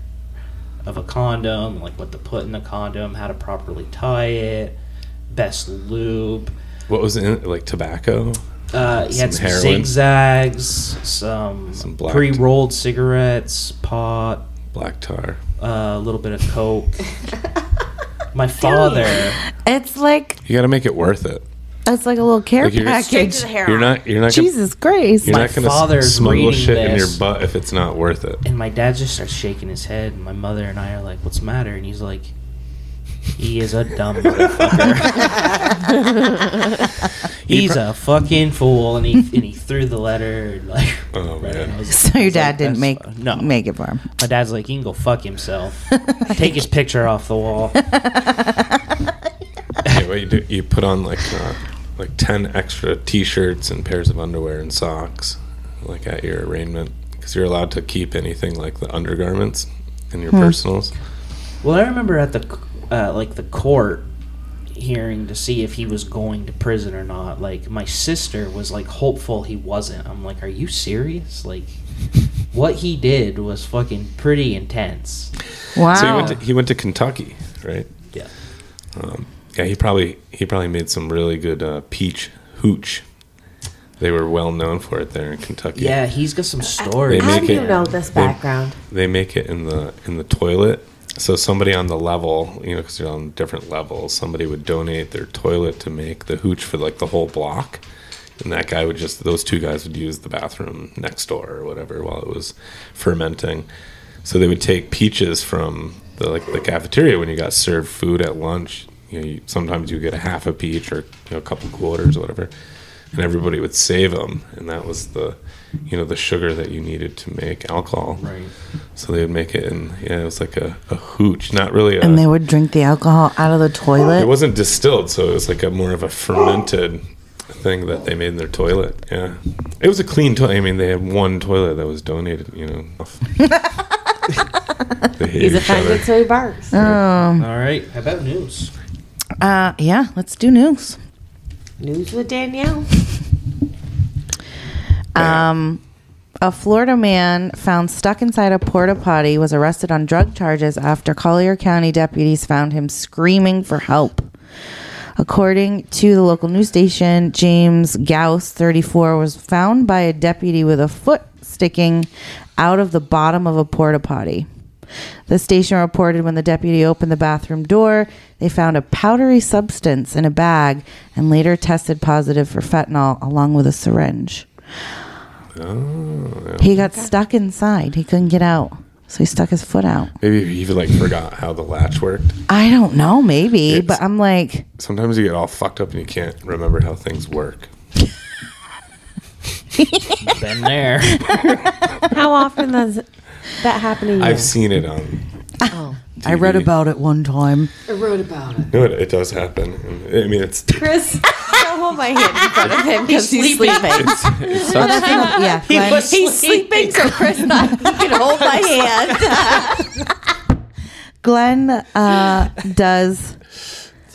Speaker 2: of a condom like what to put in the condom how to properly tie it best lube
Speaker 4: What was in it? Like tobacco?
Speaker 2: Uh, he had
Speaker 4: Some
Speaker 2: some
Speaker 4: heroin.
Speaker 2: zigzags, some,
Speaker 4: Some black-
Speaker 2: pre-rolled cigarettes, pot,
Speaker 4: Black tar.
Speaker 2: uh, a little bit of coke. My father,
Speaker 1: It's like
Speaker 4: You got to make it worth it.
Speaker 1: it's like a little care
Speaker 4: Like you're-
Speaker 3: Straight to
Speaker 1: package.
Speaker 3: the hair.
Speaker 4: You're not. You're not.
Speaker 1: Jesus Christ.
Speaker 2: My
Speaker 4: Gonna, you're not going to
Speaker 2: father's
Speaker 4: smuggle
Speaker 2: reading
Speaker 4: shit in your
Speaker 2: this.
Speaker 4: butt if it's not worth it.
Speaker 2: and my dad just starts shaking his head. And my mother and I are like, "What's the matter?" And he's like, "He is a dumb motherfucker. he's a fucking fool." And he and he threw the letter. And like,
Speaker 4: Oh,
Speaker 2: right,
Speaker 4: man.
Speaker 2: and I was-
Speaker 1: so
Speaker 2: I
Speaker 1: your
Speaker 2: was
Speaker 1: dad
Speaker 2: like,
Speaker 1: didn't
Speaker 2: "That's
Speaker 1: make
Speaker 2: fine."
Speaker 1: no. make it for him.
Speaker 2: My dad's like, he can go fuck himself. Take his picture off the wall.
Speaker 4: Yeah, what you do? You put on like uh, like ten extra T-shirts and pairs of underwear and socks, like at your arraignment, because you're allowed to keep anything like the undergarments in your personals.
Speaker 2: Well, I remember at the c- uh, like the court hearing to see if he was going to prison or not. Like my sister was like hopeful he wasn't. I'm like, are you serious? Like what he did was fucking pretty intense.
Speaker 1: Wow.
Speaker 4: So he went to he went to Kentucky, right?
Speaker 2: Yeah.
Speaker 4: Yeah, he probably he probably made some really good uh, peach hooch. They were well known for it there in Kentucky.
Speaker 2: Yeah, he's got some stories.
Speaker 4: They
Speaker 3: How
Speaker 4: make
Speaker 3: do you
Speaker 4: it-
Speaker 3: know this
Speaker 4: they-
Speaker 3: background?
Speaker 4: they make it in the in the toilet. So somebody on the level, you know, because they're on different levels, somebody would donate their toilet to make the hooch for like the whole block, and that guy would just those two guys would use the bathroom next door or whatever while it was fermenting. So they would take peaches from the like the cafeteria when you got served food at lunch. You know, you, sometimes you get a half a peach or you know, a couple quarters or whatever, and everybody would save them, and that was the, you know, the sugar that you needed to make alcohol.
Speaker 2: Right.
Speaker 4: So they would make it, and yeah, it was like a, a hooch, not really a.
Speaker 1: and they would drink the alcohol out of the
Speaker 4: it
Speaker 1: toilet.
Speaker 4: wasn't distilled, so it was like a more of a fermented thing that they made in their toilet. Yeah, it was a clean toilet. I mean, they had one toilet that was donated. You know, they hate
Speaker 3: He's
Speaker 4: each other.
Speaker 3: offended, so he barks.
Speaker 2: All right. How about news?
Speaker 1: Um, Uh, yeah, let's do news.
Speaker 3: News with Danielle.
Speaker 4: Yeah.
Speaker 1: Um, a Florida man found stuck inside a porta potty was arrested on drug charges after Collier County deputies found him screaming for help. According to the local news station, James Gauss, 34, was found by a deputy with a foot sticking out of the bottom of a porta potty. The station reported when the deputy opened the bathroom door, they found a powdery substance in a bag and later tested positive for fentanyl along with a syringe. He got stuck inside. He couldn't get out. So he stuck his foot out.
Speaker 4: Maybe he even like forgot how the latch worked.
Speaker 1: I don't know, maybe,
Speaker 4: It's-
Speaker 1: but I'm like,
Speaker 4: Sometimes you get all fucked up and you can't remember how things work.
Speaker 2: Been there.
Speaker 3: How often does that happen to you?
Speaker 4: I've seen it on.
Speaker 1: I read about it one time.
Speaker 3: I wrote about it.
Speaker 4: No, it, it does happen. And, I mean, it's
Speaker 3: Chris, don't hold my hand in front of him because he's sleeping.
Speaker 4: it sucks.
Speaker 1: yeah. Glenn.
Speaker 3: He's sleeping, so Chris thought he could hold my hand.
Speaker 1: Glenn uh, does.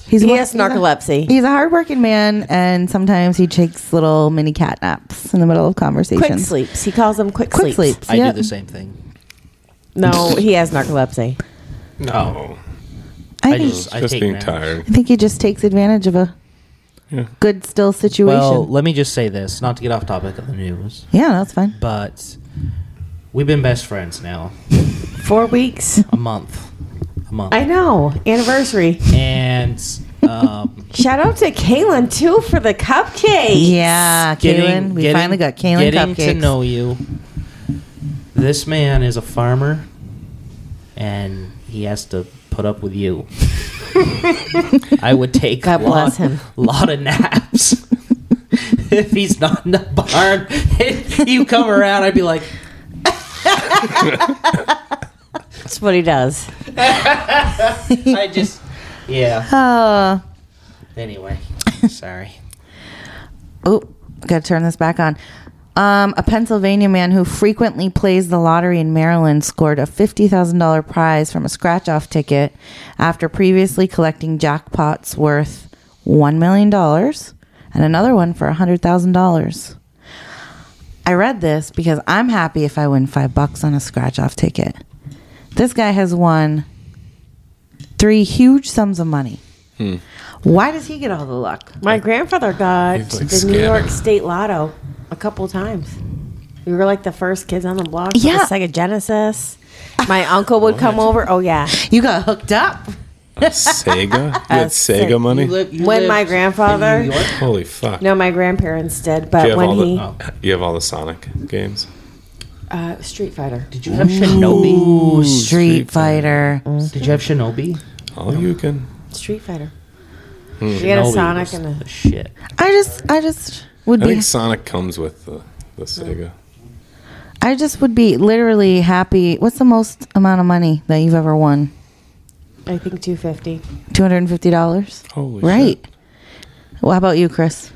Speaker 1: He's
Speaker 3: He
Speaker 1: one-
Speaker 3: has narcolepsy.
Speaker 1: He's a hardworking man, and sometimes he takes little mini cat naps in the middle of conversations.
Speaker 3: Quick sleeps. He calls them quick,
Speaker 1: Quick
Speaker 3: sleeps.
Speaker 1: sleeps.
Speaker 2: I
Speaker 1: yeah.
Speaker 2: do the same thing.
Speaker 3: No, he has narcolepsy.
Speaker 2: Oh.
Speaker 4: No,
Speaker 1: I
Speaker 2: I
Speaker 1: think,
Speaker 2: just I
Speaker 4: just
Speaker 2: take
Speaker 4: being
Speaker 2: naps.
Speaker 4: tired.
Speaker 1: I think he just takes advantage of a good still situation.
Speaker 2: Well, let me just say this, not to get off topic of the news.
Speaker 1: yeah, that's fine.
Speaker 2: but We've been best friends now
Speaker 3: Four weeks.
Speaker 2: a month, a month,
Speaker 3: I know. Anniversary.
Speaker 2: and um,
Speaker 3: Shout out to Kaylin too for the cupcake.
Speaker 1: Yeah, Ah, Kaylin. We finally got Kaylin
Speaker 2: getting
Speaker 1: cupcakes.
Speaker 2: to know you. This man is a farmer, and he has to put up with you. I would take
Speaker 3: God
Speaker 2: a lot,
Speaker 3: bless him.
Speaker 2: lot of naps. if he's not in the barn, and you come around, I'd be like,
Speaker 3: That's what he does.
Speaker 2: I just, yeah.
Speaker 1: Oh,
Speaker 2: Anyway, sorry.
Speaker 1: oh, gotta turn this back on. Um, a Pennsylvania man who frequently plays the lottery in Maryland scored a fifty thousand dollar prize from a scratch off ticket after previously collecting jackpots worth one million dollars and another one for hundred thousand dollars. I read this because I'm happy if I win five bucks on a scratch off ticket. This guy has won three huge sums of money. Why does he get all the luck?
Speaker 3: My grandfather got
Speaker 4: He's, like,
Speaker 3: the New York
Speaker 4: scamming.
Speaker 3: State Lotto a couple times. We were like the first kids on the block. with
Speaker 1: Yeah.
Speaker 3: the Sega Genesis. My uncle would come over. Oh yeah,
Speaker 1: You got hooked up.
Speaker 4: Sega? You had
Speaker 3: Uh, Se-
Speaker 4: Sega money?
Speaker 3: when my grandfather.
Speaker 4: Holy fuck.
Speaker 3: No, my grandparents did,
Speaker 4: Do you
Speaker 3: but
Speaker 4: have
Speaker 3: when
Speaker 4: all
Speaker 3: he
Speaker 4: the uh, Oh, you have all the Sonic games?
Speaker 3: uh, Street Fighter.
Speaker 2: Did you have Shinobi?
Speaker 1: Ooh,
Speaker 4: Street
Speaker 1: Street Fighter.
Speaker 2: Did you have Shinobi?
Speaker 4: All you can.
Speaker 3: Street Fighter.
Speaker 4: Hmm.
Speaker 3: We had a
Speaker 2: Shinobi
Speaker 3: Sonic
Speaker 2: was
Speaker 3: and a
Speaker 2: the shit.
Speaker 1: I just, I just would
Speaker 4: I
Speaker 1: be,
Speaker 4: think Sonic comes with the, the Sega.
Speaker 1: I just would be literally happy. What's the most amount of money that you've ever won?
Speaker 3: I think 250.
Speaker 1: Two hundred and fifty dollars.
Speaker 4: Holy
Speaker 1: Right.
Speaker 4: shit.
Speaker 1: Well, how about you, Chris?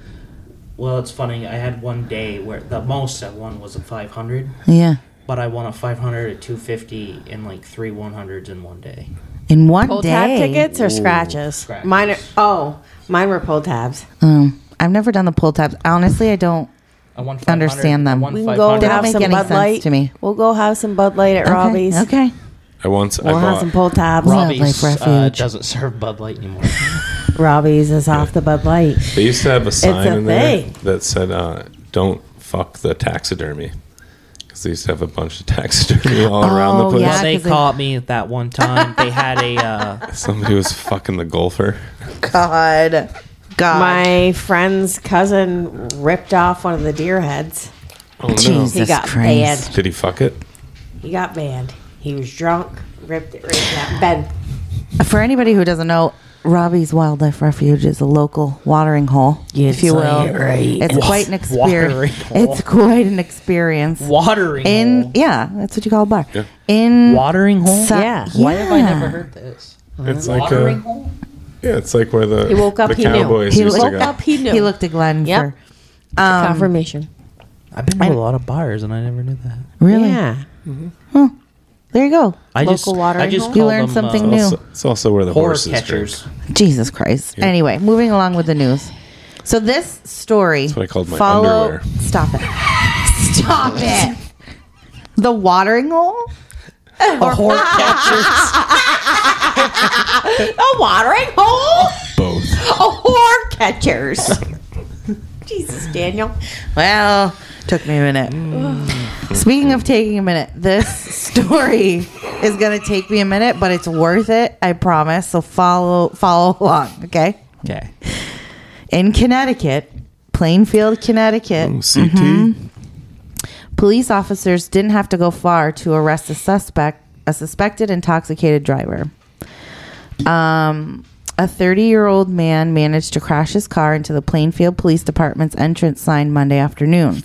Speaker 2: Well, it's funny. I had one day where the most I won was a 500,
Speaker 1: Yeah,
Speaker 2: but I won a 500, a 250, and like three 100s in one day.
Speaker 1: in one
Speaker 3: Pull
Speaker 1: day.
Speaker 3: tab tickets or scratches?
Speaker 2: Scratches.
Speaker 3: Mine. Are, oh, mine were pull tabs.
Speaker 1: Um, I've never done the pull tabs. Honestly, I don't.
Speaker 2: I won. 500,
Speaker 1: Understand them.
Speaker 2: I won
Speaker 1: We
Speaker 3: We can go
Speaker 2: 500.
Speaker 1: Didn't
Speaker 3: have
Speaker 1: make
Speaker 3: some
Speaker 1: any
Speaker 3: Bud
Speaker 1: sense
Speaker 3: Light
Speaker 1: to me.
Speaker 3: We'll go have some Bud Light at Robbie's.
Speaker 1: Okay. okay.
Speaker 4: I once
Speaker 3: We'll
Speaker 4: I
Speaker 3: have
Speaker 4: bought
Speaker 3: some pull tabs.
Speaker 1: Rob-
Speaker 2: Robbie's
Speaker 1: Life
Speaker 2: uh,
Speaker 1: Refuge.
Speaker 2: doesn't serve Bud Light anymore.
Speaker 3: Robbie's is off the Bud Light.
Speaker 4: They used to have a sign
Speaker 3: a
Speaker 4: in there
Speaker 3: thing.
Speaker 4: that said, uh, "Don't fuck the taxidermy," because they used to have a bunch of taxidermy all around the
Speaker 1: Oh,
Speaker 4: place.
Speaker 1: yeah.
Speaker 2: well, they
Speaker 1: 'cause they-
Speaker 2: caught me at that one time. They had a uh,
Speaker 4: Somebody was fucking the golfer.
Speaker 1: God, God.
Speaker 3: My friend's cousin ripped off one of the deer heads.
Speaker 4: Oh no!
Speaker 1: Jesus
Speaker 3: He got
Speaker 1: Christ.
Speaker 3: banned.
Speaker 4: Did he fuck it?
Speaker 3: He got banned. He was drunk. Ripped it right out. Ben.
Speaker 1: For anybody who doesn't know, Robbie's Wildlife Refuge is a local watering hole, if you will. It's quite an
Speaker 2: watering
Speaker 1: experience. It's quite an experience.
Speaker 2: watering
Speaker 1: In
Speaker 2: hole.
Speaker 1: yeah, that's what you call a bar.
Speaker 4: Yeah.
Speaker 1: In
Speaker 2: Watering hole.
Speaker 1: so-
Speaker 3: Yeah.
Speaker 2: Why have I never heard this?
Speaker 4: It's like uh,
Speaker 2: Watering
Speaker 4: a
Speaker 2: hole.
Speaker 4: yeah. It's like where the
Speaker 3: He woke up,
Speaker 4: the
Speaker 3: he knew.
Speaker 4: cowboys
Speaker 1: He
Speaker 4: used to
Speaker 1: woke
Speaker 4: go.
Speaker 1: up.
Speaker 3: He knew.
Speaker 1: He looked at Glenn
Speaker 3: Yep.
Speaker 1: for
Speaker 6: Um,
Speaker 3: Confirmation.
Speaker 2: I've been to a lot of bars and I never knew that.
Speaker 1: really.
Speaker 3: Yeah.
Speaker 1: There you go.
Speaker 2: I
Speaker 3: Local
Speaker 2: just, I
Speaker 3: watering
Speaker 2: just
Speaker 3: hole?
Speaker 1: You
Speaker 2: call
Speaker 1: learned
Speaker 2: them,
Speaker 1: something
Speaker 2: uh,
Speaker 1: new.
Speaker 4: Also- it's also where the
Speaker 2: Horror
Speaker 4: horses
Speaker 2: catchers.
Speaker 4: drink.
Speaker 1: Jesus Christ. Anyway, moving along with the news. So this story. That's
Speaker 4: what I called my underwear.
Speaker 1: Stop it. Stop it. The watering hole.
Speaker 2: Horror catchers.
Speaker 3: A watering hole?
Speaker 4: Both.
Speaker 3: A whore catchers. Jesus, Daniel.
Speaker 1: Well, took me a minute. Speaking of taking a minute, this story is going to take me a minute, but it's worth it. I promise. So follow follow along, okay?
Speaker 2: Okay.
Speaker 1: In Connecticut, Plainfield, Connecticut,
Speaker 4: Oh, CT.
Speaker 1: police officers didn't have to go far to arrest a suspect, a suspected intoxicated driver. Um, a 30 year old man managed to crash his car into the Plainfield Police Department's entrance sign Monday afternoon.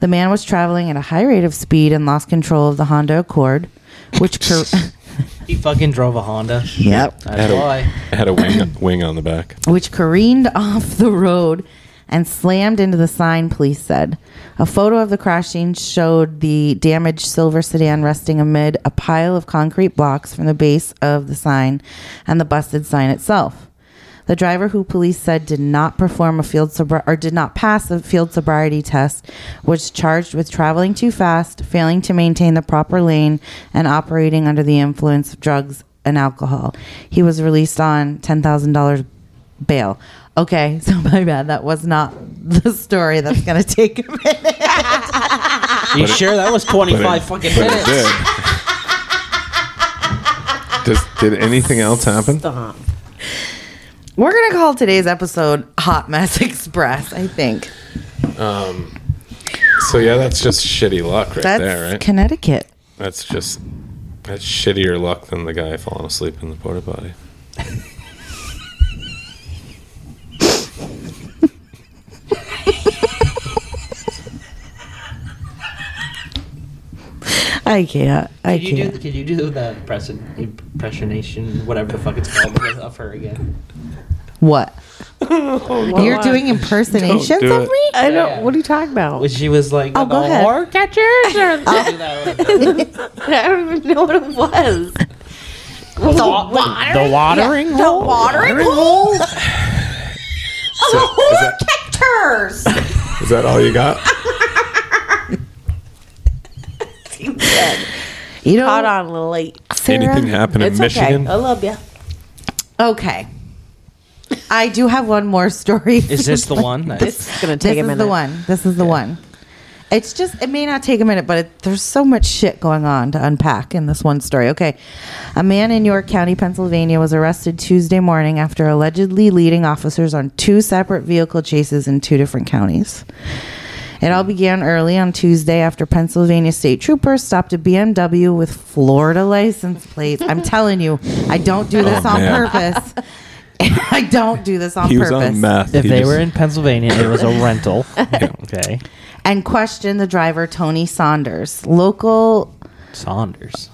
Speaker 1: The man was traveling at a high rate of speed and lost control of the Honda Accord, which. Cor-
Speaker 2: He fucking drove a Honda.
Speaker 1: yep.
Speaker 4: Had
Speaker 2: That's
Speaker 4: a-
Speaker 2: why.
Speaker 4: had a wing wing on the back.
Speaker 1: which careened off the road and slammed into the sign, police said. A photo of the crash scene showed the damaged silver sedan resting amid a pile of concrete blocks from the base of the sign and the busted sign itself. The driver, who police said did not perform a field sobri- or did not pass a field sobriety test, was charged with traveling too fast, failing to maintain the proper lane, and operating under the influence of drugs and alcohol. He was released on ten thousand dollars bail. Okay, so my bad. That was not the story that's going to take a minute.
Speaker 2: You sure that was twenty
Speaker 4: But
Speaker 2: five
Speaker 4: it-
Speaker 2: fucking
Speaker 4: but
Speaker 2: minutes?
Speaker 4: it did. Does, did anything else happen?
Speaker 3: Stop.
Speaker 1: We're gonna call today's episode Hot Mess Express. I think
Speaker 4: Um, So yeah, that's just shitty luck right
Speaker 1: that's
Speaker 4: there, right?
Speaker 1: Connecticut.
Speaker 4: that's just that's shittier luck than the guy falling asleep in the porta potty.
Speaker 1: I can't. I
Speaker 2: Could you do?
Speaker 1: can't.
Speaker 2: Could you do the impression, impressionation, whatever the fuck it's called, of her again?
Speaker 1: What? You're doing impersonations
Speaker 4: Don't do
Speaker 1: of
Speaker 4: it.
Speaker 1: me?
Speaker 6: I don't.
Speaker 2: Yeah.
Speaker 6: What are you talking about? Oh.
Speaker 2: When she was like,
Speaker 1: Oh,
Speaker 2: "I'm
Speaker 1: go
Speaker 2: a
Speaker 1: ahead.
Speaker 2: whore catcher." Do that one.
Speaker 6: I don't even know what it was.
Speaker 3: The water.
Speaker 2: The watering
Speaker 3: The watering hole.
Speaker 4: So, is, that,
Speaker 3: Hectares.
Speaker 4: is that all you got?
Speaker 1: You know,
Speaker 6: Caught on a little late.
Speaker 1: Sarah?
Speaker 4: Anything happened in
Speaker 6: It's
Speaker 4: Michigan?
Speaker 6: okay. I love you.
Speaker 1: Okay. I do have one more story.
Speaker 2: Is this the one?
Speaker 6: This is gonna take
Speaker 1: this
Speaker 6: a minute.
Speaker 1: is the one. This is the one. It's just it may not take a minute, but it, there's so much shit going on to unpack in this one story. Okay, a man in York County, Pennsylvania, was arrested Tuesday morning after allegedly leading officers on two separate vehicle chases in two different counties. It all began early on Tuesday after Pennsylvania state troopers stopped a BMW with Florida license plates. I'm telling you, I don't do this on
Speaker 4: man.
Speaker 1: purpose. I don't do this on
Speaker 4: He was
Speaker 1: purpose.
Speaker 4: on meth.
Speaker 2: If
Speaker 4: He
Speaker 2: they
Speaker 4: just-
Speaker 2: were in Pennsylvania, it was a rental. Okay,
Speaker 1: and questioned the driver Tony Saunders, local.
Speaker 2: Saunders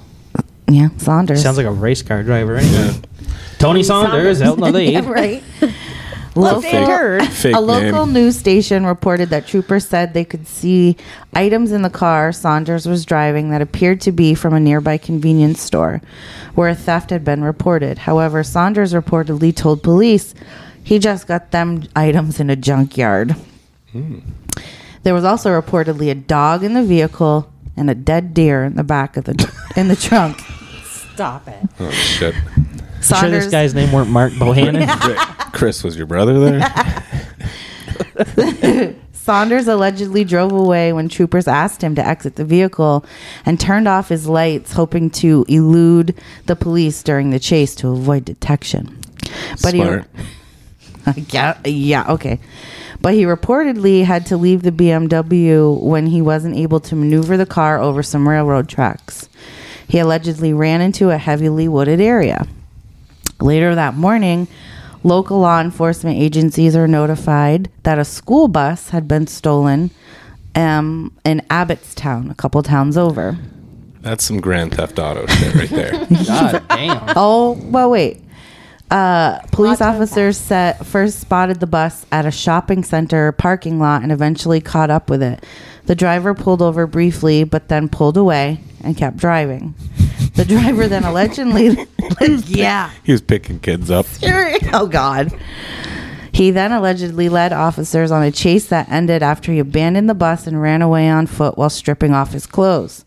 Speaker 1: Yeah, Saunders.
Speaker 2: sounds like a race car driver. Anyway. Tony
Speaker 3: Saunders.
Speaker 2: Saunders out in the lead.
Speaker 1: right.
Speaker 4: fake,
Speaker 1: local,
Speaker 4: fake
Speaker 1: a local
Speaker 4: name.
Speaker 1: news station reported that troopers said they could see items in the car Saunders was driving that appeared to be from a nearby convenience store, where a theft had been reported. However, Saunders reportedly told police he just got them items in a junkyard.
Speaker 4: Hmm.
Speaker 1: There was also reportedly a dog in the vehicle and a dead deer in the back of the in the trunk.
Speaker 6: Stop it.
Speaker 4: Oh shit!
Speaker 2: I'm sure
Speaker 1: Saunders,
Speaker 2: this guy's name weren't Mark Bohannon.
Speaker 4: Rick, Chris was your brother there.
Speaker 1: Saunders allegedly drove away when troopers asked him to exit the vehicle and turned off his lights, hoping to elude the police during the chase to avoid detection. But
Speaker 4: Smart.
Speaker 1: he yeah, yeah, okay. But he reportedly had to leave the BMW when he wasn't able to maneuver the car over some railroad tracks. He allegedly ran into a heavily wooded area. Later that morning, local law enforcement agencies are notified that a school bus had been stolen um, in Abbottstown, a couple towns over.
Speaker 4: That's some Grand Theft Auto shit right there.
Speaker 2: God damn.
Speaker 1: Oh, well, wait. Uh, police officers set, first spotted the bus at a shopping center parking lot and eventually caught up with it. The driver pulled over briefly, but then pulled away and kept driving. The driver then allegedly, yeah,
Speaker 4: He was picking kids up.
Speaker 1: oh God. He then allegedly led officers on a chase that ended after he abandoned the bus and ran away on foot while stripping off his clothes.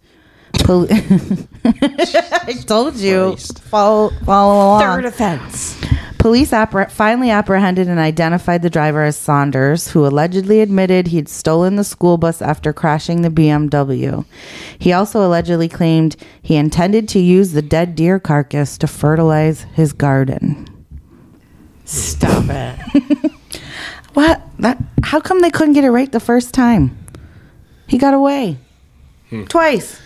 Speaker 1: Poli- I told you,
Speaker 2: Christ.
Speaker 1: follow, follow along.
Speaker 6: Third offense.
Speaker 1: Police appre- finally apprehended and identified the driver as Saunders, who allegedly admitted he'd stolen the school bus after crashing the BMW. He also allegedly claimed he intended to use the dead deer carcass to fertilize his garden.
Speaker 6: Stop it.
Speaker 1: What? That? How come they couldn't get it right the first time? He got away
Speaker 4: Hmm.
Speaker 1: twice.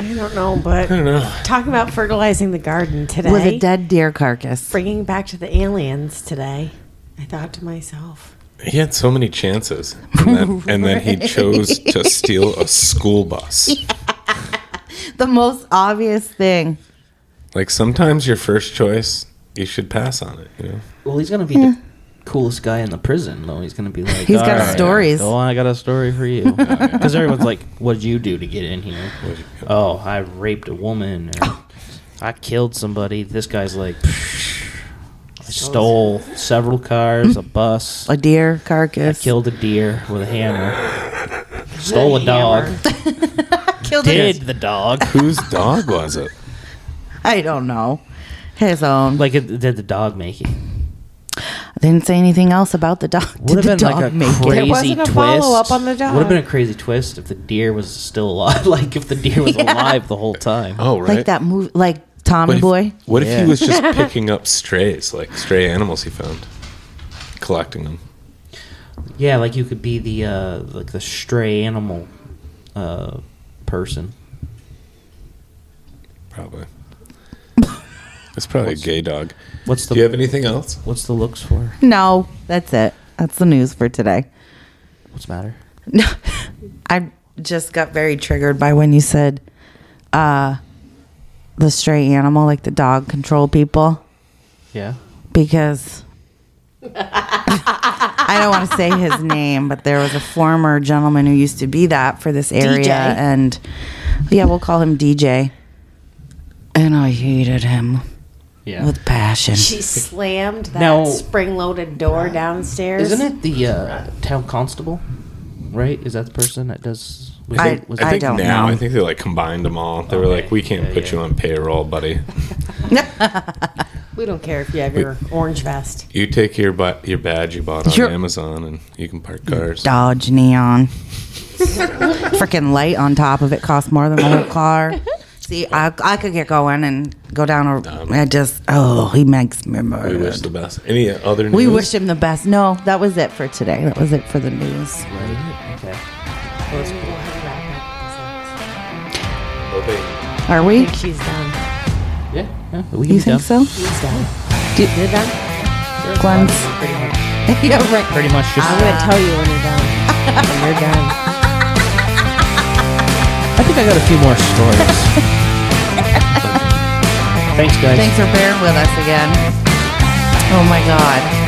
Speaker 6: I don't know, but
Speaker 4: I don't know.
Speaker 6: talking about fertilizing the garden today.
Speaker 1: With a dead deer carcass.
Speaker 6: bringing back to the aliens today. I thought to myself,
Speaker 4: He had so many chances, and then, and then he chose to steal a school bus.
Speaker 1: The most obvious thing.
Speaker 4: Like sometimes your first choice, you should pass on it. You know,
Speaker 2: Well, he's gonna be the coolest guy in the prison, though. He's gonna be like,
Speaker 1: He's got
Speaker 2: "All right,
Speaker 1: stories."
Speaker 2: Go on, I got a story for you. Because everyone's like, "What'd you do to get in here?" Oh, I raped a woman. Or,
Speaker 1: Oh.
Speaker 2: I killed somebody. This guy's like, I stole several cars, a bus,
Speaker 1: A deer carcass.
Speaker 2: killed a deer with a hammer, stole a dog,
Speaker 1: Killed
Speaker 2: did the dog.
Speaker 4: whose dog was it?
Speaker 1: I don't know. His own.
Speaker 2: Like, it, did the dog make it?
Speaker 1: They didn't say anything else about the dog. Did
Speaker 2: Would
Speaker 1: the
Speaker 2: have been
Speaker 1: dog
Speaker 2: like a
Speaker 1: make it?
Speaker 2: crazy
Speaker 7: wasn't a
Speaker 2: twist.
Speaker 7: follow-up on the dog.
Speaker 2: Would have been a crazy twist if the deer was still alive. like if the deer was alive the whole time.
Speaker 4: Oh, right.
Speaker 1: Like that movie, like Tommy
Speaker 4: What if,
Speaker 1: Boy.
Speaker 4: What if
Speaker 2: Yeah.
Speaker 4: he was just picking up strays, like stray animals he found, collecting them?
Speaker 2: Yeah, like you could be the uh, like the stray animal uh, person.
Speaker 4: Probably. It's probably a gay dog.
Speaker 2: What's the
Speaker 4: Do you have anything else?
Speaker 2: what's the looks for?
Speaker 1: No, that's it. That's the news for today.
Speaker 2: What's the matter?
Speaker 1: No, I just got very triggered by when you said uh, the stray animal, like the dog control people,
Speaker 2: Yeah.
Speaker 1: because I don't want to say his name, but there was a former gentleman who used to be that for this area.
Speaker 6: DJ?
Speaker 1: And yeah, we'll call him DJ. And I hated him
Speaker 2: Yeah.
Speaker 1: with passion.
Speaker 3: She slammed that
Speaker 2: Now-
Speaker 3: spring-loaded door downstairs.
Speaker 2: Isn't it the uh, town constable? Right? Is that the person that does? was
Speaker 1: I-
Speaker 2: it- was
Speaker 1: I
Speaker 2: it-
Speaker 1: don't
Speaker 4: now,
Speaker 1: know.
Speaker 4: I think they like combined them all. They were
Speaker 2: Okay.
Speaker 4: like, "We can't
Speaker 2: Yeah,
Speaker 4: put
Speaker 2: yeah.
Speaker 4: you on payroll, buddy.
Speaker 3: We don't care if you have your orange vest.
Speaker 4: You take your bu- your badge you bought on
Speaker 1: Sure.
Speaker 4: Amazon, and you can park cars."
Speaker 1: Dodge Neon. Freaking light on top of it costs more than the whole car. See, I, I could get going and go down. A, I just, oh, he makes me
Speaker 4: We
Speaker 1: mad.
Speaker 4: wish the best. Any other news?
Speaker 1: We wish him the best. No, that was it for today. That was it for the news.
Speaker 2: Okay.
Speaker 4: Okay.
Speaker 1: Are we?
Speaker 3: She's done.
Speaker 2: Yeah. yeah, we can
Speaker 1: You
Speaker 2: be done.
Speaker 1: think so?
Speaker 3: She's done.
Speaker 1: Do-
Speaker 3: You're done?
Speaker 1: Glenn's. yeah, right.
Speaker 2: Pretty much just.
Speaker 3: I'm going to tell you when you're done. when you're done.
Speaker 2: I think I got a few more stories. Thanks, guys.
Speaker 1: Thanks for bearing with us again. Oh my God.